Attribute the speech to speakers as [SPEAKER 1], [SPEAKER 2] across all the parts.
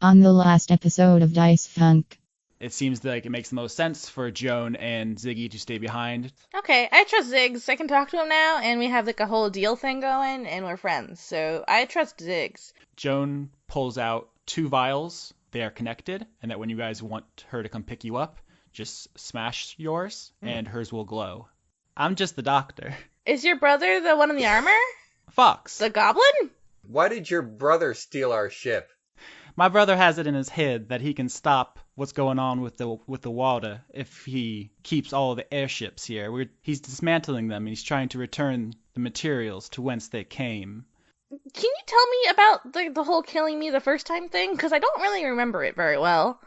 [SPEAKER 1] on the last episode of Dice Funk.
[SPEAKER 2] It seems like it makes the most sense for Joan and Ziggy to stay behind.
[SPEAKER 3] Okay, I trust Ziggs. I can talk to him now, and we have like a whole deal thing going, and we're friends. So I trust Ziggs.
[SPEAKER 2] Joan pulls out two vials. They are connected, and that when you guys want her to come pick you up, just smash yours, and hers will glow. I'm just the doctor.
[SPEAKER 3] Is your brother the one in the armor?
[SPEAKER 2] Fox.
[SPEAKER 3] The goblin?
[SPEAKER 4] Why did your brother steal our ship?
[SPEAKER 2] My brother has it in his head that he can stop what's going on with the with the water if he keeps all the airships here. We're, he's dismantling them and he's trying to return the materials to whence they came.
[SPEAKER 3] Can you tell me about the the whole killing me the first time thing? Because I don't really remember it very well.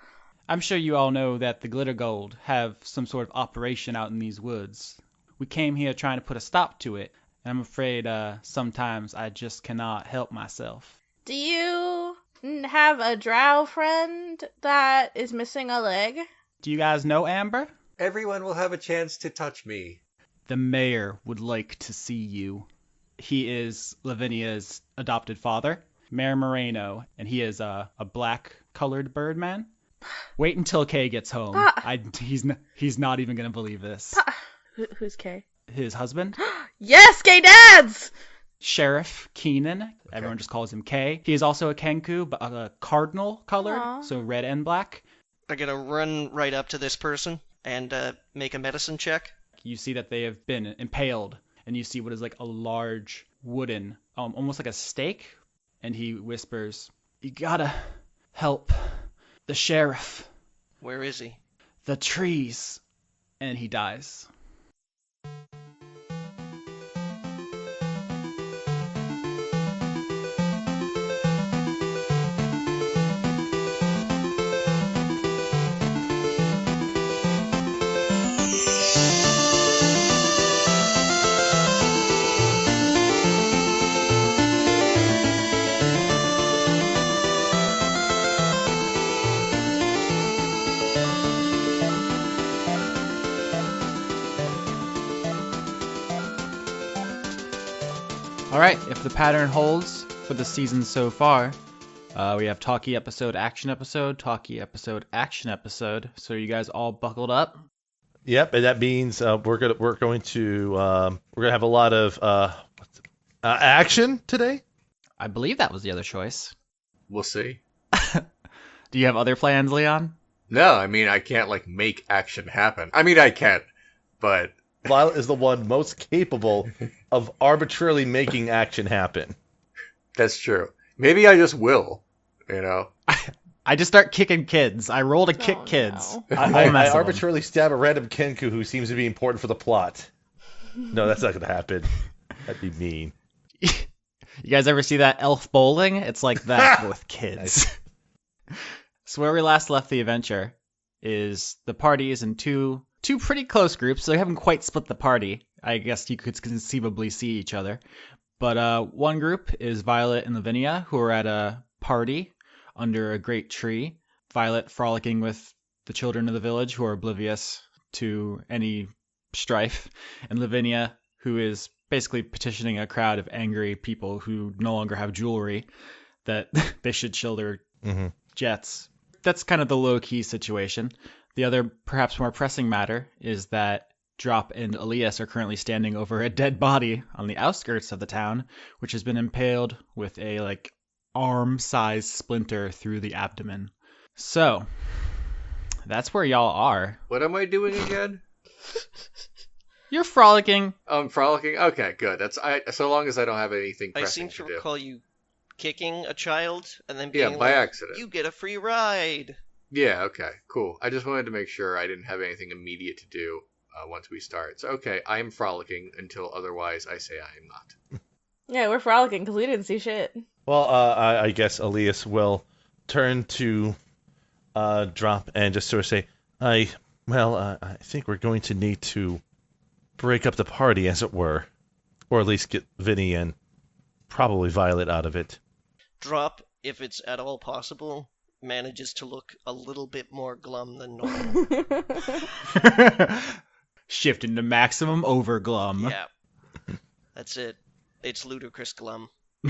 [SPEAKER 2] I'm sure you all know that the Glitter Gold have some sort of operation out in these woods. We came here trying to put a stop to it, and I'm afraid uh, sometimes I just cannot help myself.
[SPEAKER 3] Do you n- have a drow friend that is missing a leg?
[SPEAKER 2] Do you guys know Amber?
[SPEAKER 4] Everyone will have a chance to touch me.
[SPEAKER 2] The mayor would like to see you. He is Lavinia's adopted father, Mayor Moreno, and he is a, a black colored birdman. Wait until Kay gets home.
[SPEAKER 3] Ah.
[SPEAKER 2] I, he's, n- he's not even going to believe this.
[SPEAKER 3] Who, who's Kay?
[SPEAKER 2] His husband,
[SPEAKER 3] Yes, Gay Dads!
[SPEAKER 2] Sheriff Keenan, everyone just calls him Kay. He is also a Kenku, but a cardinal colored,
[SPEAKER 3] Aw.
[SPEAKER 2] so red and black.
[SPEAKER 5] I'm gonna run right up to this person and uh, make a medicine check.
[SPEAKER 2] you see that they have been impaled and you see what is like a large wooden um, almost like a stake and he whispers you gotta help the sheriff
[SPEAKER 5] Where is he?
[SPEAKER 2] the trees and he dies all right if the pattern holds for the season so far uh, we have talkie episode action episode talkie episode action episode so you guys all buckled up
[SPEAKER 6] Yep, and that means uh, we're gonna we're going to um, we're gonna have a lot of uh, what's it- uh, action today.
[SPEAKER 2] i believe that was the other choice
[SPEAKER 4] We'll see.
[SPEAKER 2] do you have other plans leon
[SPEAKER 4] No, I mean I can't like make action happen. I mean I can, but
[SPEAKER 6] Violet is the one most capable of arbitrarily making action happen.
[SPEAKER 4] that's true. Maybe I just will. You know.
[SPEAKER 2] I just start kicking kids. I roll to kick
[SPEAKER 3] Oh,
[SPEAKER 2] kids.
[SPEAKER 3] no.
[SPEAKER 2] I'm
[SPEAKER 6] I,
[SPEAKER 2] all mess
[SPEAKER 6] I
[SPEAKER 2] of 'em.
[SPEAKER 6] arbitrarily stab a random Kenku who seems to be important for the plot. No, that's not gonna happen. That'd be mean.
[SPEAKER 2] You guys ever see that elf bowling? It's like that but with kids. so where we last left the adventure is the party is in two two pretty close groups. So they haven't quite split the party. I guess you could conceivably see each other. But uh, one group is Violet and Lavinia, who are at a party under a great tree. Violet frolicking with the children of the village, who are oblivious to any strife, and Lavinia, who is basically petitioning a crowd of angry people who no longer have jewelry that they should chill their
[SPEAKER 6] Mhm.
[SPEAKER 2] jets. That's kind of the low key situation. The other, perhaps more pressing matter, is that Drop and Elias are currently standing over a dead body on the outskirts of the town, which has been impaled with a like arm sized splinter through the abdomen. So that's where y'all are.
[SPEAKER 4] What am I doing again?
[SPEAKER 2] You're frolicking.
[SPEAKER 4] I'm frolicking. Okay, good. That's I. So long as I don't have anything
[SPEAKER 5] I
[SPEAKER 4] pressing
[SPEAKER 5] seem to
[SPEAKER 4] to, do.
[SPEAKER 5] recall you kicking a child and then
[SPEAKER 4] Yeah,
[SPEAKER 5] being
[SPEAKER 4] by
[SPEAKER 5] like,
[SPEAKER 4] accident.
[SPEAKER 5] "You get a free ride."
[SPEAKER 4] Yeah. Okay. Cool. I just wanted to make sure I didn't have anything immediate to do uh, once we start. So okay, I am frolicking until otherwise I say I am not.
[SPEAKER 3] Yeah, we're frolicking because we didn't see shit.
[SPEAKER 6] Well, uh, I, I guess Elias will turn to uh, Drop and just sort of say, "I well, uh, I think we're going to need to break up the party, as it were, or at least get Vinny and probably Violet out of it."
[SPEAKER 5] Drop, if it's at all possible, manages to look a little bit more glum than normal.
[SPEAKER 2] Shift into maximum overglum.
[SPEAKER 5] yeah, that's it. It's ludicrous glum.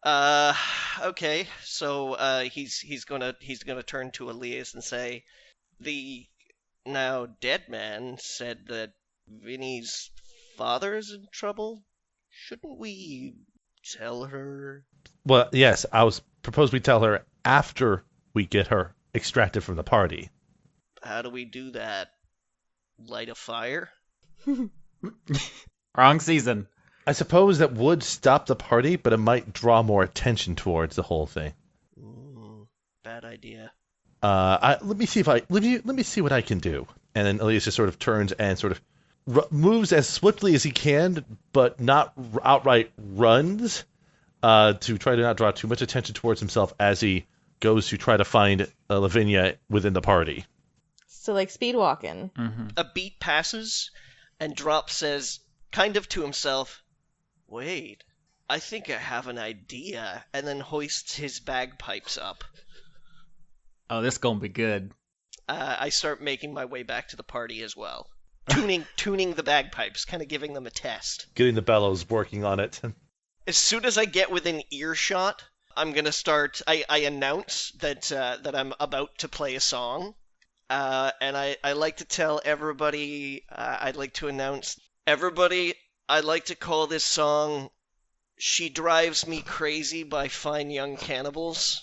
[SPEAKER 5] Uh, okay. So uh, he's he's gonna he's gonna turn to Elias and say, the now dead man said that Vinny's father is in trouble. Shouldn't we tell her?
[SPEAKER 6] Well, yes, I was propose we tell her after we get her extracted from the party.
[SPEAKER 5] How do we do that? Light a fire?
[SPEAKER 2] Wrong season.
[SPEAKER 6] I suppose that would stop the party, but it might draw more attention towards the whole thing.
[SPEAKER 5] Ooh, Mm, bad idea.
[SPEAKER 6] Uh, I, let me see if I let me let me see what I can do. And then Elias just sort of turns and sort of r- moves as swiftly as he can, but not r- outright runs, uh, to try to not draw too much attention towards himself as he goes to try to find uh, Lavinia within the party.
[SPEAKER 3] So like speed walking.
[SPEAKER 2] Mm-hmm.
[SPEAKER 5] A beat passes, and Drop says, kind of to himself, Wait, I think I have an idea, and then hoists his bagpipes up.
[SPEAKER 2] Oh, this gonna be good.
[SPEAKER 5] Uh, I start making my way back to the party as well. Tuning, tuning the bagpipes, kind of giving them a test.
[SPEAKER 6] Getting the bellows working on it.
[SPEAKER 5] As soon as I get within earshot, I'm gonna start. I, I announce that uh, that I'm about to play a song, uh, and I, I like to tell everybody. Uh, I'd like to announce everybody. I'd like to call this song "She Drives Me Crazy" by Fine Young Cannibals.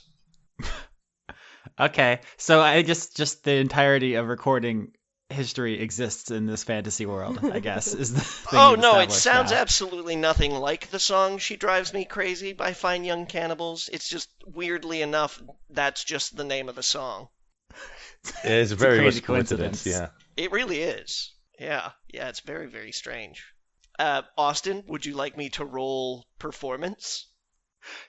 [SPEAKER 2] Okay, so I just just the entirety of recording history exists in this fantasy world. I guess is the thing
[SPEAKER 5] oh
[SPEAKER 2] we've
[SPEAKER 5] no, it
[SPEAKER 2] established
[SPEAKER 5] sounds
[SPEAKER 2] now.
[SPEAKER 5] absolutely nothing like the song "She Drives Me Crazy" by Fine Young Cannibals. It's just weirdly enough, that's just the name of the song.
[SPEAKER 6] It's
[SPEAKER 2] a
[SPEAKER 6] very
[SPEAKER 2] crazy
[SPEAKER 6] much coincidence. Yeah.
[SPEAKER 2] coincidence.
[SPEAKER 5] It really is. Yeah, yeah, it's very, very strange. Uh, Austin, would you like me to roll performance?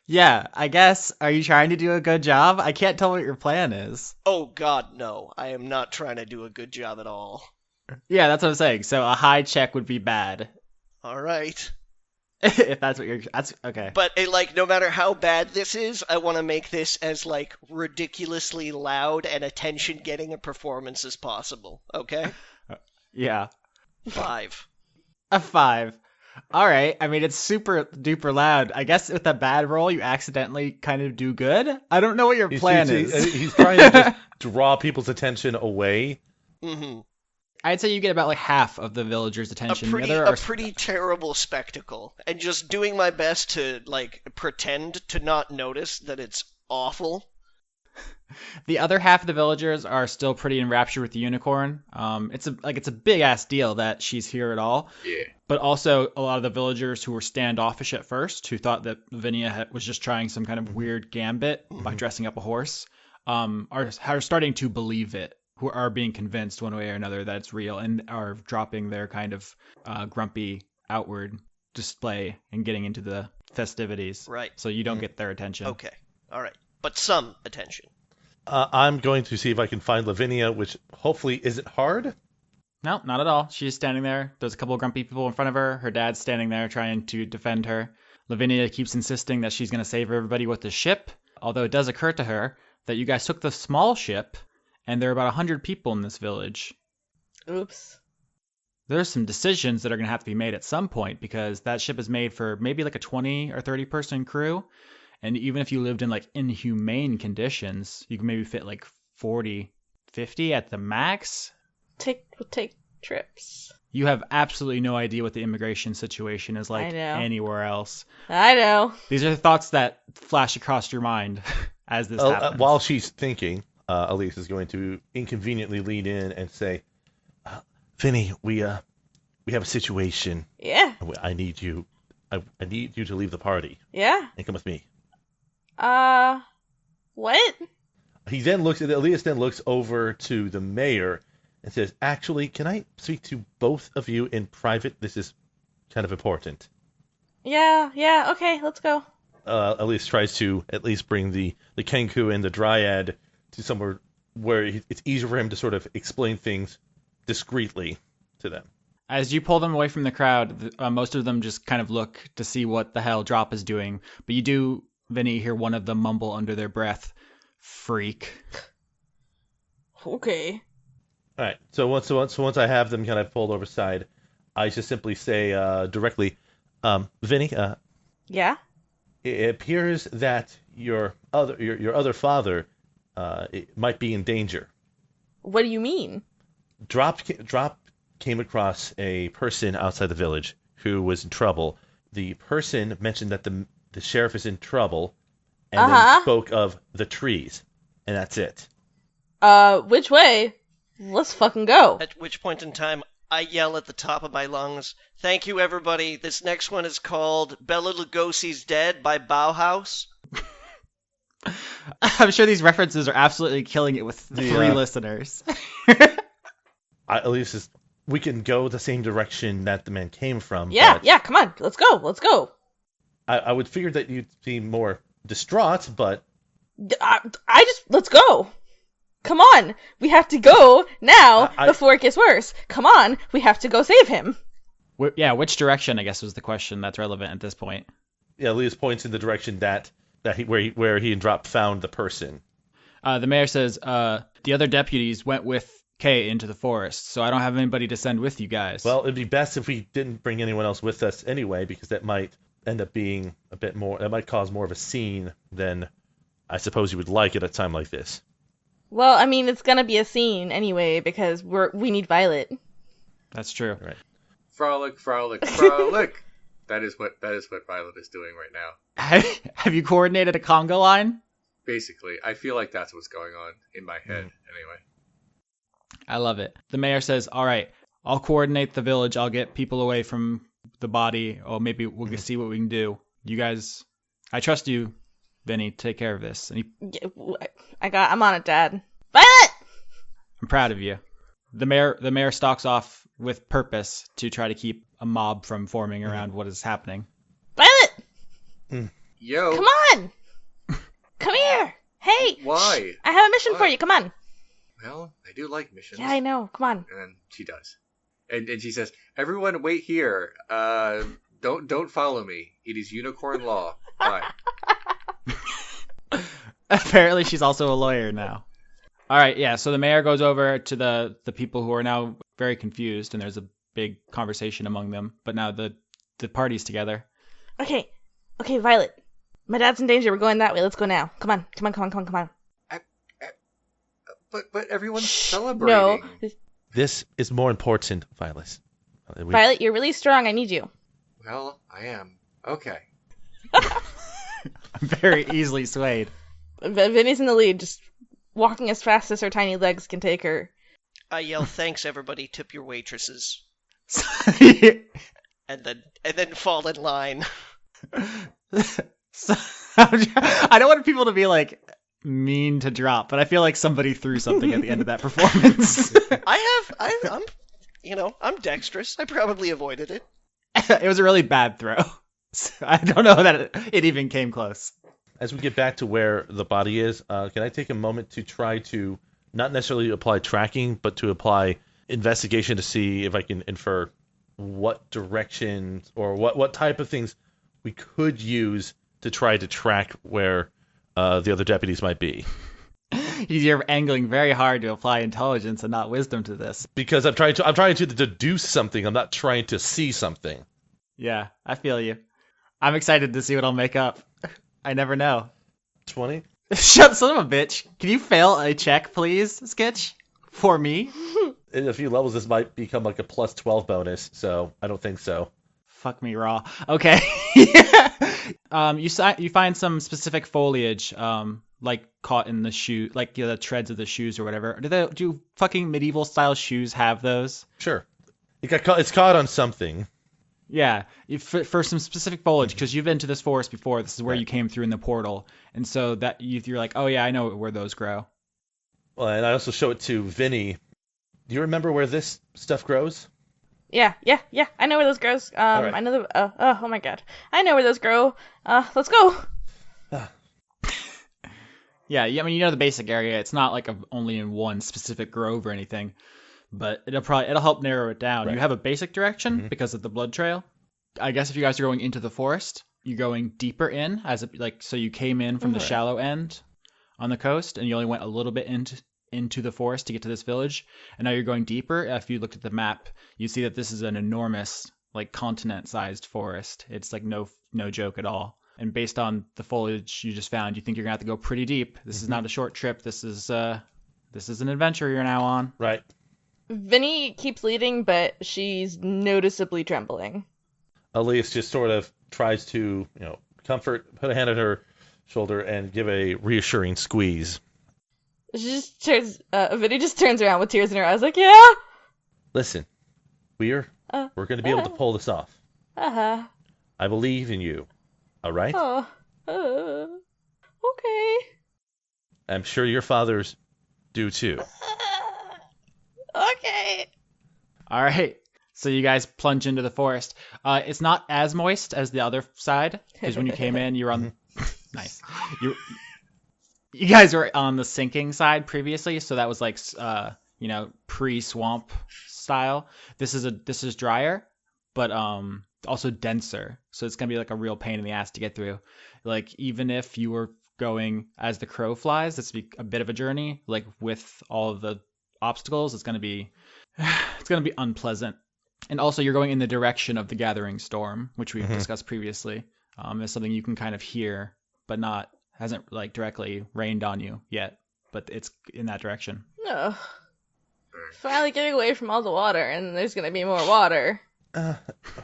[SPEAKER 2] Yeah, I guess. Are you trying to do a good job? I can't tell what your plan is.
[SPEAKER 5] Oh God, no! I am not trying to do a good job at all.
[SPEAKER 2] Yeah, that's what I'm saying. So a high check would be bad.
[SPEAKER 5] All right,
[SPEAKER 2] if that's what you're. That's okay.
[SPEAKER 5] but eh, like, no matter how bad this is, I want to make this as like ridiculously loud and attention-getting a performance as possible. Okay,
[SPEAKER 2] Yeah,
[SPEAKER 5] five.
[SPEAKER 2] a five. All right. I mean, it's super duper loud. I guess with a bad roll, you accidentally kind of do good. I don't know what your
[SPEAKER 6] He's,
[SPEAKER 2] plan
[SPEAKER 6] he's-
[SPEAKER 2] is.
[SPEAKER 6] he's trying to just draw people's attention away.
[SPEAKER 5] Mm-hmm.
[SPEAKER 2] I'd say you get about like half of the villagers'
[SPEAKER 5] A
[SPEAKER 2] attention.
[SPEAKER 5] pretty,
[SPEAKER 2] the other
[SPEAKER 5] a
[SPEAKER 2] are
[SPEAKER 5] pretty terrible spectacle, and just doing my best to like pretend to not notice that it's awful.
[SPEAKER 2] The other half of the villagers are still pretty enraptured with the unicorn. Um, it's a like it's a big ass deal that she's here at all.
[SPEAKER 4] Yeah.
[SPEAKER 2] But also a lot of the villagers who were standoffish at first, who thought that Lavinia ha- was just trying some kind of weird gambit by
[SPEAKER 5] Mm-hmm.
[SPEAKER 2] dressing up a horse, um, are are starting to believe it. Who are being convinced one way or another that it's real and are dropping their kind of uh, grumpy outward display and getting into the festivities.
[SPEAKER 5] Right. Mm-hmm.
[SPEAKER 2] So you don't get their attention.
[SPEAKER 5] Okay. All right. But some attention.
[SPEAKER 6] Uh, I'm going to see if I can find Lavinia, which hopefully isn't hard.
[SPEAKER 2] No, not at all. She's standing there. There's a couple of grumpy people in front of her. Her dad's standing there trying to defend her. Lavinia keeps insisting that she's going to save everybody with the ship, although it does occur to her that you guys took the small ship, and there are about 100 people in this village.
[SPEAKER 3] Oops.
[SPEAKER 2] There's some decisions that are going to have to be made at some point because that ship is made for maybe like a 20 or 30 person crew. And even if you lived in like inhumane conditions, you can maybe fit like 40, 50 at the max.
[SPEAKER 3] Take we'll take trips.
[SPEAKER 2] You have absolutely no idea what the immigration situation is like
[SPEAKER 3] know.
[SPEAKER 2] anywhere else.
[SPEAKER 3] I know.
[SPEAKER 2] These are thoughts that flash across your mind as this
[SPEAKER 6] Uh, uh,
[SPEAKER 2] happens.
[SPEAKER 6] while she's thinking, uh, Elise is going to inconveniently lean in and say, uh, "Vinny, we uh, we have a situation.
[SPEAKER 3] Yeah.
[SPEAKER 6] I- I need you. I, I need you to leave the party
[SPEAKER 3] Yeah.
[SPEAKER 6] and come with me."
[SPEAKER 3] Uh what?
[SPEAKER 6] He then looks at Elias. Then looks over to the mayor and says, "Actually, can I speak to both of you in private? This is kind of important."
[SPEAKER 3] Yeah, yeah, okay, let's go.
[SPEAKER 6] uh, at least tries to at least bring the the Kenku and the Dryad to somewhere where he- it's easier for him to sort of explain things discreetly to them.
[SPEAKER 2] As you pull them away from the crowd, th- uh, most of them just kind of look to see what the hell Drop is doing. But you do, Vinny, hear one of them mumble under their breath, "Freak."
[SPEAKER 3] Okay.
[SPEAKER 6] All right. So once so once so once I have them kind of pulled over side, I just simply say uh, directly, um, Vinny, uh,
[SPEAKER 3] Yeah?
[SPEAKER 6] it appears that your other your, your other father uh, it might be in danger.
[SPEAKER 3] What do you mean?
[SPEAKER 6] Drop ca- Drop came across a person outside the village who was in trouble. The person mentioned that the the sheriff is in trouble, and
[SPEAKER 3] Uh-huh.
[SPEAKER 6] then spoke of the trees, and that's it.
[SPEAKER 3] Uh, which way? Let's fucking go.
[SPEAKER 5] At which point in time, I yell at the top of my lungs, Thank you, everybody. This next one is called Bella Lugosi's Dead by Bauhaus.
[SPEAKER 2] I'm sure these references are absolutely killing it with the
[SPEAKER 6] The,
[SPEAKER 2] three
[SPEAKER 6] uh,
[SPEAKER 2] listeners.
[SPEAKER 6] I, at least it's- we can go the same direction that the man came from.
[SPEAKER 3] Yeah,
[SPEAKER 6] but
[SPEAKER 3] yeah, come on. Let's go. Let's go.
[SPEAKER 6] I, I would figure that you'd be more distraught, but
[SPEAKER 3] D- I, I just let's go. Come on. We have to go now
[SPEAKER 6] I- I-
[SPEAKER 3] before it gets worse. Come on. We have to go save him.
[SPEAKER 2] Wh- yeah, which direction? I guess was the question that's relevant at this point.
[SPEAKER 6] yeah, Elias points in the direction that that he where he, where he and Drop found the person.
[SPEAKER 2] Uh, the mayor says uh, the other deputies went with Kay into the forest, so I don't have anybody to send with you guys.
[SPEAKER 6] Well, it'd be best if we didn't bring anyone else with us anyway, because that might end up being a bit more. That might cause more of a scene than I suppose you would like at a time like this.
[SPEAKER 3] Well, I mean, it's gonna be a scene anyway because we're we need Violet.
[SPEAKER 2] that's true.
[SPEAKER 4] Frolic, frolic, frolic. that is what that is what Violet is doing right now.
[SPEAKER 2] Have, have you coordinated a conga line?
[SPEAKER 4] Basically, I feel like that's what's going on in my head. Anyway,
[SPEAKER 2] I love it. The mayor says, "All right, I'll coordinate the village. I'll get people away from the body. Or maybe we'll g see what we can do. You guys, I trust you, Vinny. Take care of this. And he,
[SPEAKER 3] Y- w- I got. I'm on it, Dad. Violet.
[SPEAKER 2] I'm proud of you." The mayor, the mayor stalks off with purpose to try to keep a mob from forming around what is happening.
[SPEAKER 3] Violet.
[SPEAKER 4] yo,
[SPEAKER 3] Come on. Come here. Hey.
[SPEAKER 4] Why?
[SPEAKER 3] I have a mission for
[SPEAKER 4] Why?
[SPEAKER 3] you. Come on.
[SPEAKER 4] well, I do like missions.
[SPEAKER 3] Yeah, I know. Come on.
[SPEAKER 4] And then she does, and and she says, "Everyone, wait here. Uh, don't don't follow me. It is unicorn law." Bye.
[SPEAKER 2] Apparently, she's also a lawyer now. All right, yeah. So the mayor goes over to the the people who are now very confused, and there's a big conversation among them. But now the the party's together.
[SPEAKER 3] Okay. Okay, Violet. My dad's in danger. We're going that way. Let's go now. Come on. Come on. Come on. Come on. Come on.
[SPEAKER 4] But but everyone's
[SPEAKER 3] Shh.
[SPEAKER 4] celebrating.
[SPEAKER 3] No.
[SPEAKER 6] This is more important, Violet. Uh, we-
[SPEAKER 3] Violet, you're really strong. I need you.
[SPEAKER 4] Well, I am okay.
[SPEAKER 2] I'm very easily swayed.
[SPEAKER 3] V- Vinny's in the lead, just walking as fast as her tiny legs can take her.
[SPEAKER 5] I yell, Thanks, everybody. Tip your waitresses.
[SPEAKER 2] so,
[SPEAKER 5] And then, and then fall in line.
[SPEAKER 2] I'm tr- I don't want people to be like mean to drop, but I feel like somebody threw something at the end of that performance.
[SPEAKER 5] I have, I, I'm, you know, I'm dexterous. I probably avoided it.
[SPEAKER 2] it was a really bad throw. So I don't know that it, it even came close.
[SPEAKER 6] As we get back to where the body is, uh, can I take a moment to try to not necessarily apply tracking, but to apply investigation to see if I can infer what direction or what, what type of things we could use to try to track where uh, the other deputies might be?
[SPEAKER 2] You're angling very hard to apply intelligence and not wisdom to this.
[SPEAKER 6] Because I'm trying to I'm trying to deduce something. I'm not trying to see something.
[SPEAKER 2] Yeah, I feel you. I'm excited to see what I'll make up. I never know.
[SPEAKER 6] Twenty.
[SPEAKER 2] Shut son of a bitch. Can you fail a check, please, Sketch? For me?
[SPEAKER 6] In a few levels, this might become like a plus twelve bonus. So I don't think so.
[SPEAKER 2] Fuck me raw. Okay. Um, you si- you find some specific foliage, um, like caught in the shoe, like you know, the treads of the shoes or whatever. Do they do fucking medieval style shoes have those?
[SPEAKER 6] Sure. It got caught, it's caught on something.
[SPEAKER 2] Yeah, you- for, for some specific foliage, because you've been to this forest before. This is where
[SPEAKER 6] Right.
[SPEAKER 2] you came through in the portal, and so that you, you're like, oh yeah, I know where those grow.
[SPEAKER 6] Well, and I also show it to Vinny. Do you remember where this stuff grows?
[SPEAKER 3] Yeah, yeah, yeah. I know where those grows. Um,
[SPEAKER 6] right.
[SPEAKER 3] I know the. Uh, oh, oh my god. I know where those grow. Uh, let's go.
[SPEAKER 2] Yeah, yeah, I mean you know the basic area. It's not like a, only in one specific grove or anything, but it'll probably it'll help narrow it down. You
[SPEAKER 6] Right.
[SPEAKER 2] have a basic direction because of the blood trail. I guess if you guys are going into the forest, you're going deeper in as a, like so you came in from the
[SPEAKER 6] Right.
[SPEAKER 2] shallow end on the coast and you only went a little bit into into the forest to get to this village and now you're going deeper if you looked at the map you see that this is an enormous like continent sized forest it's like no no joke at all And based on the foliage you just found, you think you're gonna have to go pretty deep. This is not a short trip. This is uh, this is an adventure you're now on.
[SPEAKER 6] Right.
[SPEAKER 3] Vinny keeps leading, but she's noticeably trembling.
[SPEAKER 6] Elise just sort of tries to, you know, comfort, put a hand on her shoulder, and give a reassuring squeeze.
[SPEAKER 3] She just turns. Uh, Vinny just turns around with tears in her eyes, like, "Yeah,
[SPEAKER 6] Listen, we're
[SPEAKER 3] Uh,
[SPEAKER 6] we're going to be able to
[SPEAKER 3] uh.
[SPEAKER 6] pull this off.
[SPEAKER 3] uh huh,
[SPEAKER 6] I believe in you. All right.
[SPEAKER 3] oh, uh, okay,
[SPEAKER 6] I'm sure your fathers do too.
[SPEAKER 3] okay."
[SPEAKER 2] All right. So you guys plunge into the forest. Uh, it's not as moist as the other side because when you came in, you were on nice. You you guys were on the sinking side previously, so that was like s- uh, you know pre swamp style. This is a this is drier, but um also denser. So it's gonna be like a real pain in the ass to get through. Like even if you were going as the crow flies, this would be a bit of a journey. Like with all of the obstacles, it's gonna be it's going to be unpleasant. And also, you're going in the direction of the gathering storm, which we've
[SPEAKER 6] Mhm.
[SPEAKER 2] discussed previously. Um, is something you can kind of hear, but not hasn't like directly rained on you yet. But it's in that direction.
[SPEAKER 3] No. Finally getting away from all the water, and there's gonna be more water.
[SPEAKER 6] Uh,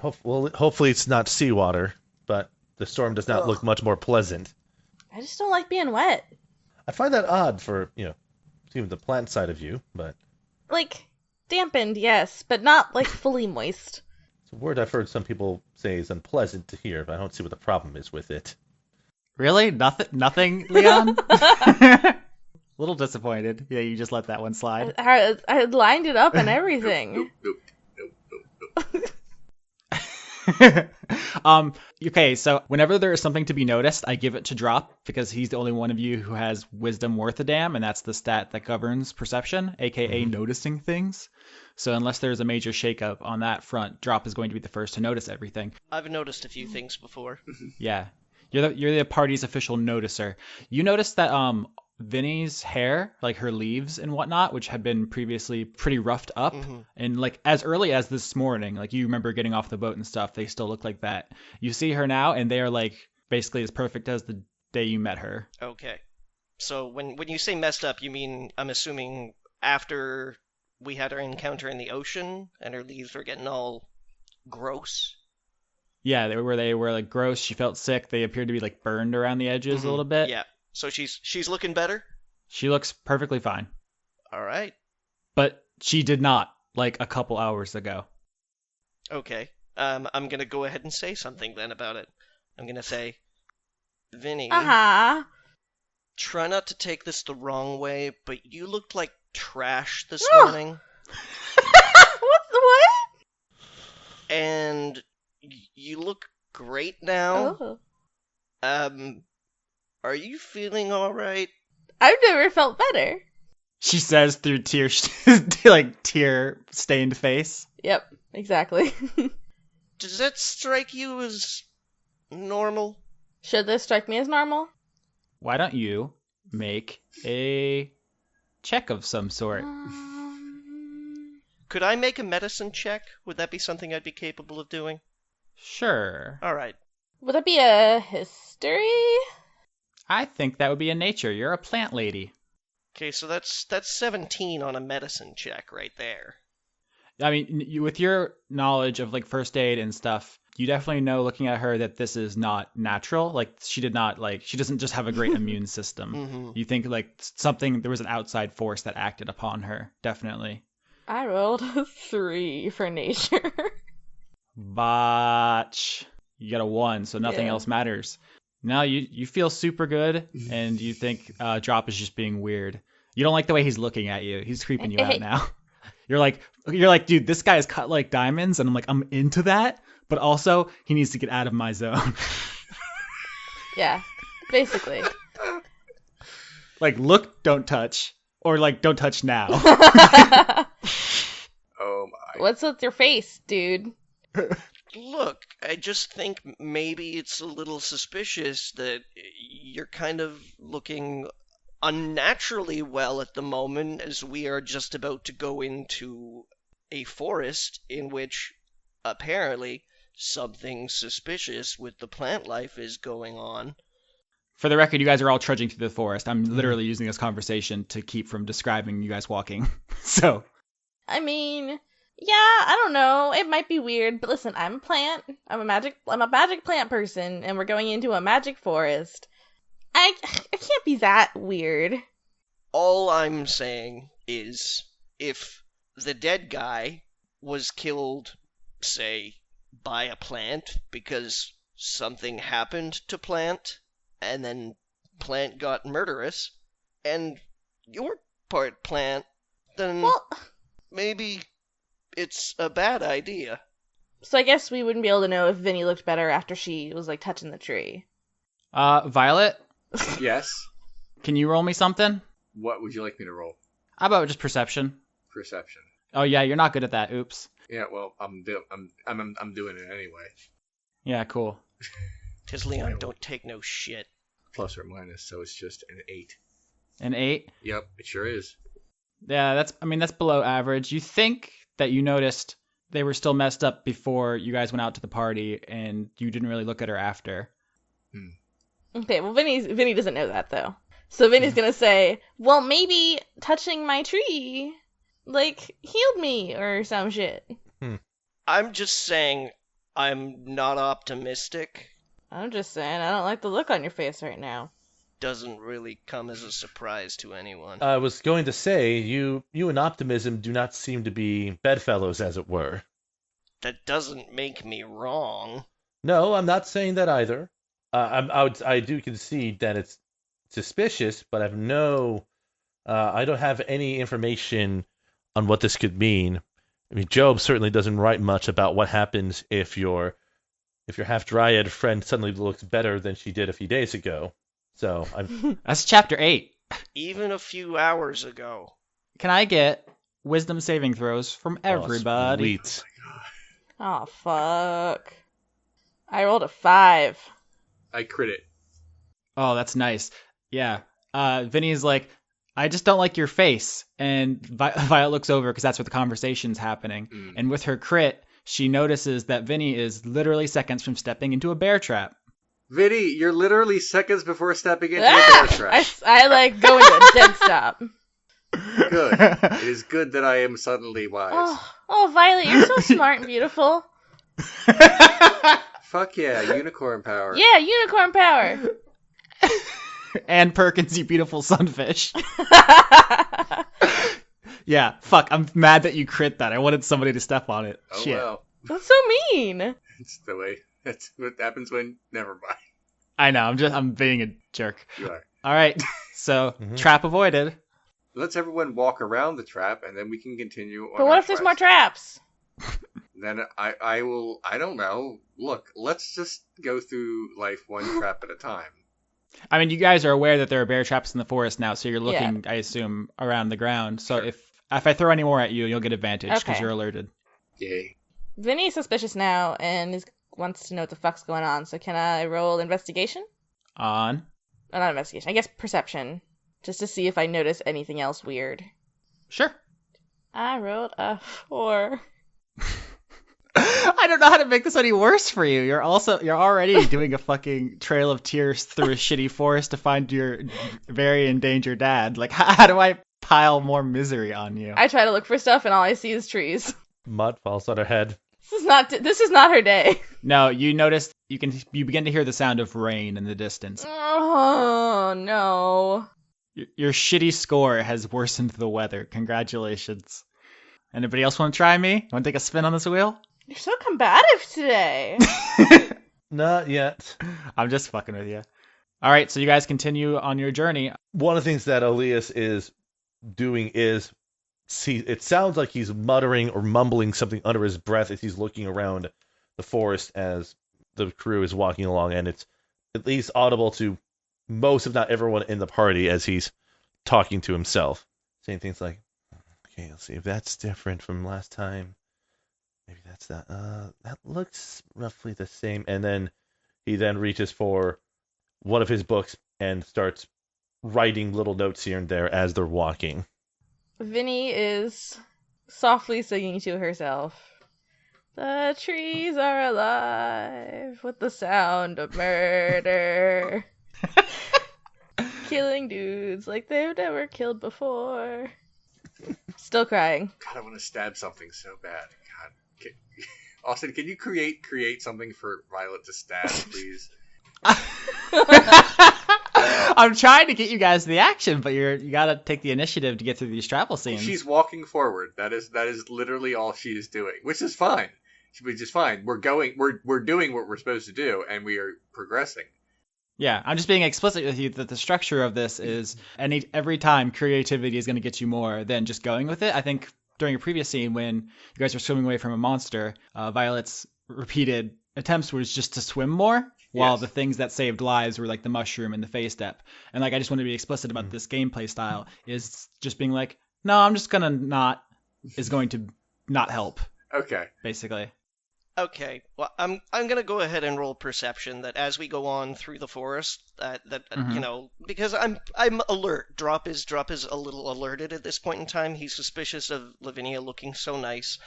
[SPEAKER 6] hope, well, hopefully it's not seawater, but the storm does not look much more pleasant.
[SPEAKER 3] I just don't like being wet.
[SPEAKER 6] I find that odd for you know, even the plant side of you, but
[SPEAKER 3] Like dampened, yes, but not like fully moist.
[SPEAKER 6] it's a word I've heard some people say is unpleasant to hear. But I don't see what the problem is with it.
[SPEAKER 2] Really, nothing, nothing, Leon. A little disappointed. Yeah, you just let that one slide.
[SPEAKER 3] I, I I lined it up and everything.
[SPEAKER 4] Nope.
[SPEAKER 2] um, okay, so whenever there is something to be noticed, I give it to Drop because he's the only one of you who has wisdom worth a damn, and that's the stat that governs perception, aka noticing things. So unless there's a major shakeup on that front, Drop is going to be the first to notice everything.
[SPEAKER 5] I've noticed a few things before.
[SPEAKER 2] Yeah, you're the you're the party's official noticer. You noticed that um. Vinny's hair, like her leaves and whatnot, which had been previously pretty roughed up,
[SPEAKER 5] Mhm.
[SPEAKER 2] and like as early as this morning, like you remember getting off the boat and stuff, they still look like that. You see her now, and they are like basically as perfect as the day you met her.
[SPEAKER 5] Okay. So when when you say messed up, you mean I'm assuming after we had our encounter in the ocean and her leaves were getting all gross.
[SPEAKER 2] Yeah, they were they were like gross. She felt sick. They appeared to be like burned around the edges
[SPEAKER 5] Mhm.
[SPEAKER 2] a little bit.
[SPEAKER 5] Yeah. So she's she's looking better.
[SPEAKER 2] she looks perfectly fine,
[SPEAKER 5] All right.
[SPEAKER 2] but she did not like a couple hours ago.
[SPEAKER 5] Okay. Um, I'm gonna go ahead and say something then about it. I'm gonna say, Vinny,
[SPEAKER 3] Uh huh.
[SPEAKER 5] try not to take this the wrong way, but you looked like trash this
[SPEAKER 3] Ugh.
[SPEAKER 5] morning,
[SPEAKER 3] what? What?
[SPEAKER 5] and y- you look great now.
[SPEAKER 3] Oh.
[SPEAKER 5] Um, are you feeling all right?
[SPEAKER 3] I've never felt better.
[SPEAKER 2] She says through tear like tear stained face.
[SPEAKER 3] Yep, exactly.
[SPEAKER 5] Does that strike you as normal?
[SPEAKER 3] Should this strike me as normal?
[SPEAKER 2] Why don't you make a check of some sort?
[SPEAKER 3] Um,
[SPEAKER 5] Could I make a medicine check? Would that be something I'd be capable of doing?
[SPEAKER 2] Sure.
[SPEAKER 5] All right.
[SPEAKER 3] would that be a history?
[SPEAKER 2] I think that would be a nature. You're a plant lady.
[SPEAKER 5] Okay, so that's that's 17 on a medicine check right there.
[SPEAKER 2] I mean, n- you, with your knowledge of like first aid and stuff, you definitely know looking at her that this is not natural. Like she did not like she doesn't just have a great immune system.
[SPEAKER 5] Mm-hmm.
[SPEAKER 2] You think like s- something there was an outside force that acted upon her, definitely.
[SPEAKER 3] I rolled a three for nature.
[SPEAKER 2] Botch. You got a one, so nothing
[SPEAKER 3] Yeah.
[SPEAKER 2] else matters. Now you you feel super good, and you think uh, Drop is just being weird. You don't like the way he's looking at you. He's creeping you out now. You're like you're like, dude, this guy is cut like diamonds, and I'm like, I'm into that, but also he needs to get out of my zone.
[SPEAKER 3] yeah, basically.
[SPEAKER 2] like, look, don't touch, or like, don't touch now.
[SPEAKER 4] Oh my.
[SPEAKER 3] What's with your face, dude?
[SPEAKER 5] Look, I just think maybe it's a little suspicious that you're kind of looking unnaturally well at the moment as we are just about to go into a forest in which apparently something suspicious with the plant life is going on.
[SPEAKER 2] For the record, you guys are all trudging through the forest. I'm literally using this conversation to keep from describing you guys walking. so,
[SPEAKER 3] I mean, yeah, I don't know. It might be weird, but listen, I'm a plant. I'm a magic. I'm a magic plant person, and we're going into a magic forest. I I can't be that weird.
[SPEAKER 5] All I'm saying is if the dead guy was killed, say, by a plant because something happened to plant, and then plant got murderous, and you're part plant, then
[SPEAKER 3] Well,
[SPEAKER 5] maybe it's a bad idea.
[SPEAKER 3] so I guess we wouldn't be able to know if Vinny looked better after she was like touching the tree.
[SPEAKER 2] uh, Violet,
[SPEAKER 4] Yes.
[SPEAKER 2] can you roll me something?
[SPEAKER 4] What would you like me to roll?
[SPEAKER 2] How about just perception?
[SPEAKER 4] Perception.
[SPEAKER 2] Oh yeah, you're not good at that. Oops.
[SPEAKER 4] Yeah. Well, I'm do- I'm, I'm I'm I'm doing it anyway.
[SPEAKER 2] Yeah, cool.
[SPEAKER 5] Tis Leon don't take no shit.
[SPEAKER 4] Plus or minus, so it's just an eight.
[SPEAKER 2] An eight.
[SPEAKER 4] Yep, it sure is.
[SPEAKER 2] Yeah, that's. I mean, that's below average. You think that you noticed they were still messed up before you guys went out to the party, and you didn't really look at her after.
[SPEAKER 3] Okay, well Vinny's Vinny doesn't know that though. So Vinny's gonna say, Well maybe touching my tree like healed me or some shit.
[SPEAKER 5] I'm just saying I'm not optimistic.
[SPEAKER 3] I'm just saying, I don't like the look on your face right now.
[SPEAKER 5] Doesn't really come as a surprise to anyone.
[SPEAKER 6] I was going to say you you and optimism do not seem to be bedfellows, as it were.
[SPEAKER 5] that doesn't make me wrong.
[SPEAKER 6] No, I'm not saying that either. Uh, I'm, I would, I do concede that it's suspicious, but I've no, uh, I don't have any information on what this could mean. I mean, Job certainly doesn't write much about what happens if your if your half dryad friend suddenly looks better than she did a few days ago. So I'm
[SPEAKER 2] That's chapter eight.
[SPEAKER 5] Even a few hours ago.
[SPEAKER 2] Can I get wisdom saving throws from everybody?
[SPEAKER 6] Oh, sweet.
[SPEAKER 3] Oh fuck. I rolled a five.
[SPEAKER 4] I crit it.
[SPEAKER 2] Oh, that's nice. Yeah. Uh, Vinny's like, I just don't like your face. And Vi- Violet looks over because that's where the conversation's happening.
[SPEAKER 4] Mm.
[SPEAKER 2] And with her crit, she notices that Vinny is literally seconds from stepping into a bear trap.
[SPEAKER 4] Vinny, you're literally seconds before stepping into
[SPEAKER 3] Ah!
[SPEAKER 4] a bear
[SPEAKER 3] I,
[SPEAKER 4] trap.
[SPEAKER 3] s- I, like go into a dead stop.
[SPEAKER 4] Good. It is good that I am suddenly wise.
[SPEAKER 3] Oh, oh Violet, you're so smart and beautiful.
[SPEAKER 4] Fuck yeah, unicorn power.
[SPEAKER 3] Yeah, unicorn power.
[SPEAKER 2] and Perkins, you beautiful sunfish. yeah, fuck. I'm mad that you crit that. I wanted somebody to step on it.
[SPEAKER 4] Oh
[SPEAKER 2] Shit.
[SPEAKER 4] well,
[SPEAKER 3] That's so mean.
[SPEAKER 4] that's the way. That's what happens when. Never mind.
[SPEAKER 2] I know. I'm just, I'm being a jerk.
[SPEAKER 4] You are.
[SPEAKER 2] All right. So,
[SPEAKER 6] Mhm.
[SPEAKER 2] trap avoided.
[SPEAKER 4] Let's everyone walk around the trap, and then we can continue. On
[SPEAKER 3] But what
[SPEAKER 4] our
[SPEAKER 3] if there's
[SPEAKER 4] quest.
[SPEAKER 3] more traps?
[SPEAKER 4] Then I, I will. I don't know. Look, let's just go through life one trap at a time.
[SPEAKER 2] I mean, you guys are aware that there are bear traps in the forest now, so you're looking, I assume, around the ground. So if if I throw any more at you, you'll get advantage because
[SPEAKER 3] Okay.
[SPEAKER 2] you're alerted.
[SPEAKER 4] Yay.
[SPEAKER 3] Vinny's suspicious now and is, wants to know what the fuck's going on. So can I roll investigation?
[SPEAKER 2] On
[SPEAKER 3] Oh, not investigation. I guess perception, just to see if I notice anything else weird.
[SPEAKER 2] sure.
[SPEAKER 3] I rolled a four.
[SPEAKER 2] I don't know how to make this any worse for you. You're also you're already doing a fucking trail of tears through a shitty forest to find your very endangered dad. Like, how, how do I pile more misery on you?
[SPEAKER 3] I try to look for stuff and all I see is trees.
[SPEAKER 6] Mud falls on her head.
[SPEAKER 3] This is not. This is not her day.
[SPEAKER 2] No, you notice you can you begin to hear the sound of rain in the
[SPEAKER 3] Mm.
[SPEAKER 2] distance.
[SPEAKER 3] Oh no.
[SPEAKER 2] Your, your shitty score has worsened the weather. Congratulations. Anybody else want to try me? Want to take a spin on this wheel?
[SPEAKER 3] You're so combative today.
[SPEAKER 6] Not yet.
[SPEAKER 2] I'm just fucking with you. All right, so you guys continue on your journey.
[SPEAKER 6] one of the things that Elias is doing is see it sounds like he's muttering or mumbling something under his breath as he's looking around the forest as the crew is walking along and it's at least audible to most if not everyone in the party as he's talking to himself saying things like okay let's see if that's different from last time maybe that's that uh that looks roughly the same and then he then reaches for one of his books and starts writing little notes here and there as they're walking.
[SPEAKER 3] Vinny is softly singing to herself. The trees are alive with the sound of murder. Killing dudes like they've never killed before. Still crying.
[SPEAKER 4] God, I want to stab something so bad. God, can... Austin, can you create create something for Violet to stab, please?
[SPEAKER 2] I'm trying to get you guys the action, but you're you gotta take the initiative to get through these travel scenes.
[SPEAKER 4] She's walking forward. That is that is literally all she is doing, which is fine. Which is fine. We're going. We're we're doing what we're supposed to do, and we are progressing.
[SPEAKER 2] Yeah, I'm just being explicit with you that the structure of this is any every time creativity is going to get you more than just going with it. I think during a previous scene when you guys were swimming away from a monster, uh, Violet's repeated attempts was just to swim more, while
[SPEAKER 4] Yes.
[SPEAKER 2] the things that saved lives were like the mushroom and the face step. And like I just want to be explicit about this gameplay style is just being like, no, I'm just gonna not is going to not help
[SPEAKER 4] Okay.
[SPEAKER 2] basically.
[SPEAKER 5] Okay, well, I'm I'm gonna go ahead and roll perception that as we go on through the forest, that that uh, you
[SPEAKER 2] Mhm.
[SPEAKER 5] know because I'm I'm alert. Drop is drop is a little alerted at this point in time. He's suspicious of Lavinia looking so nice.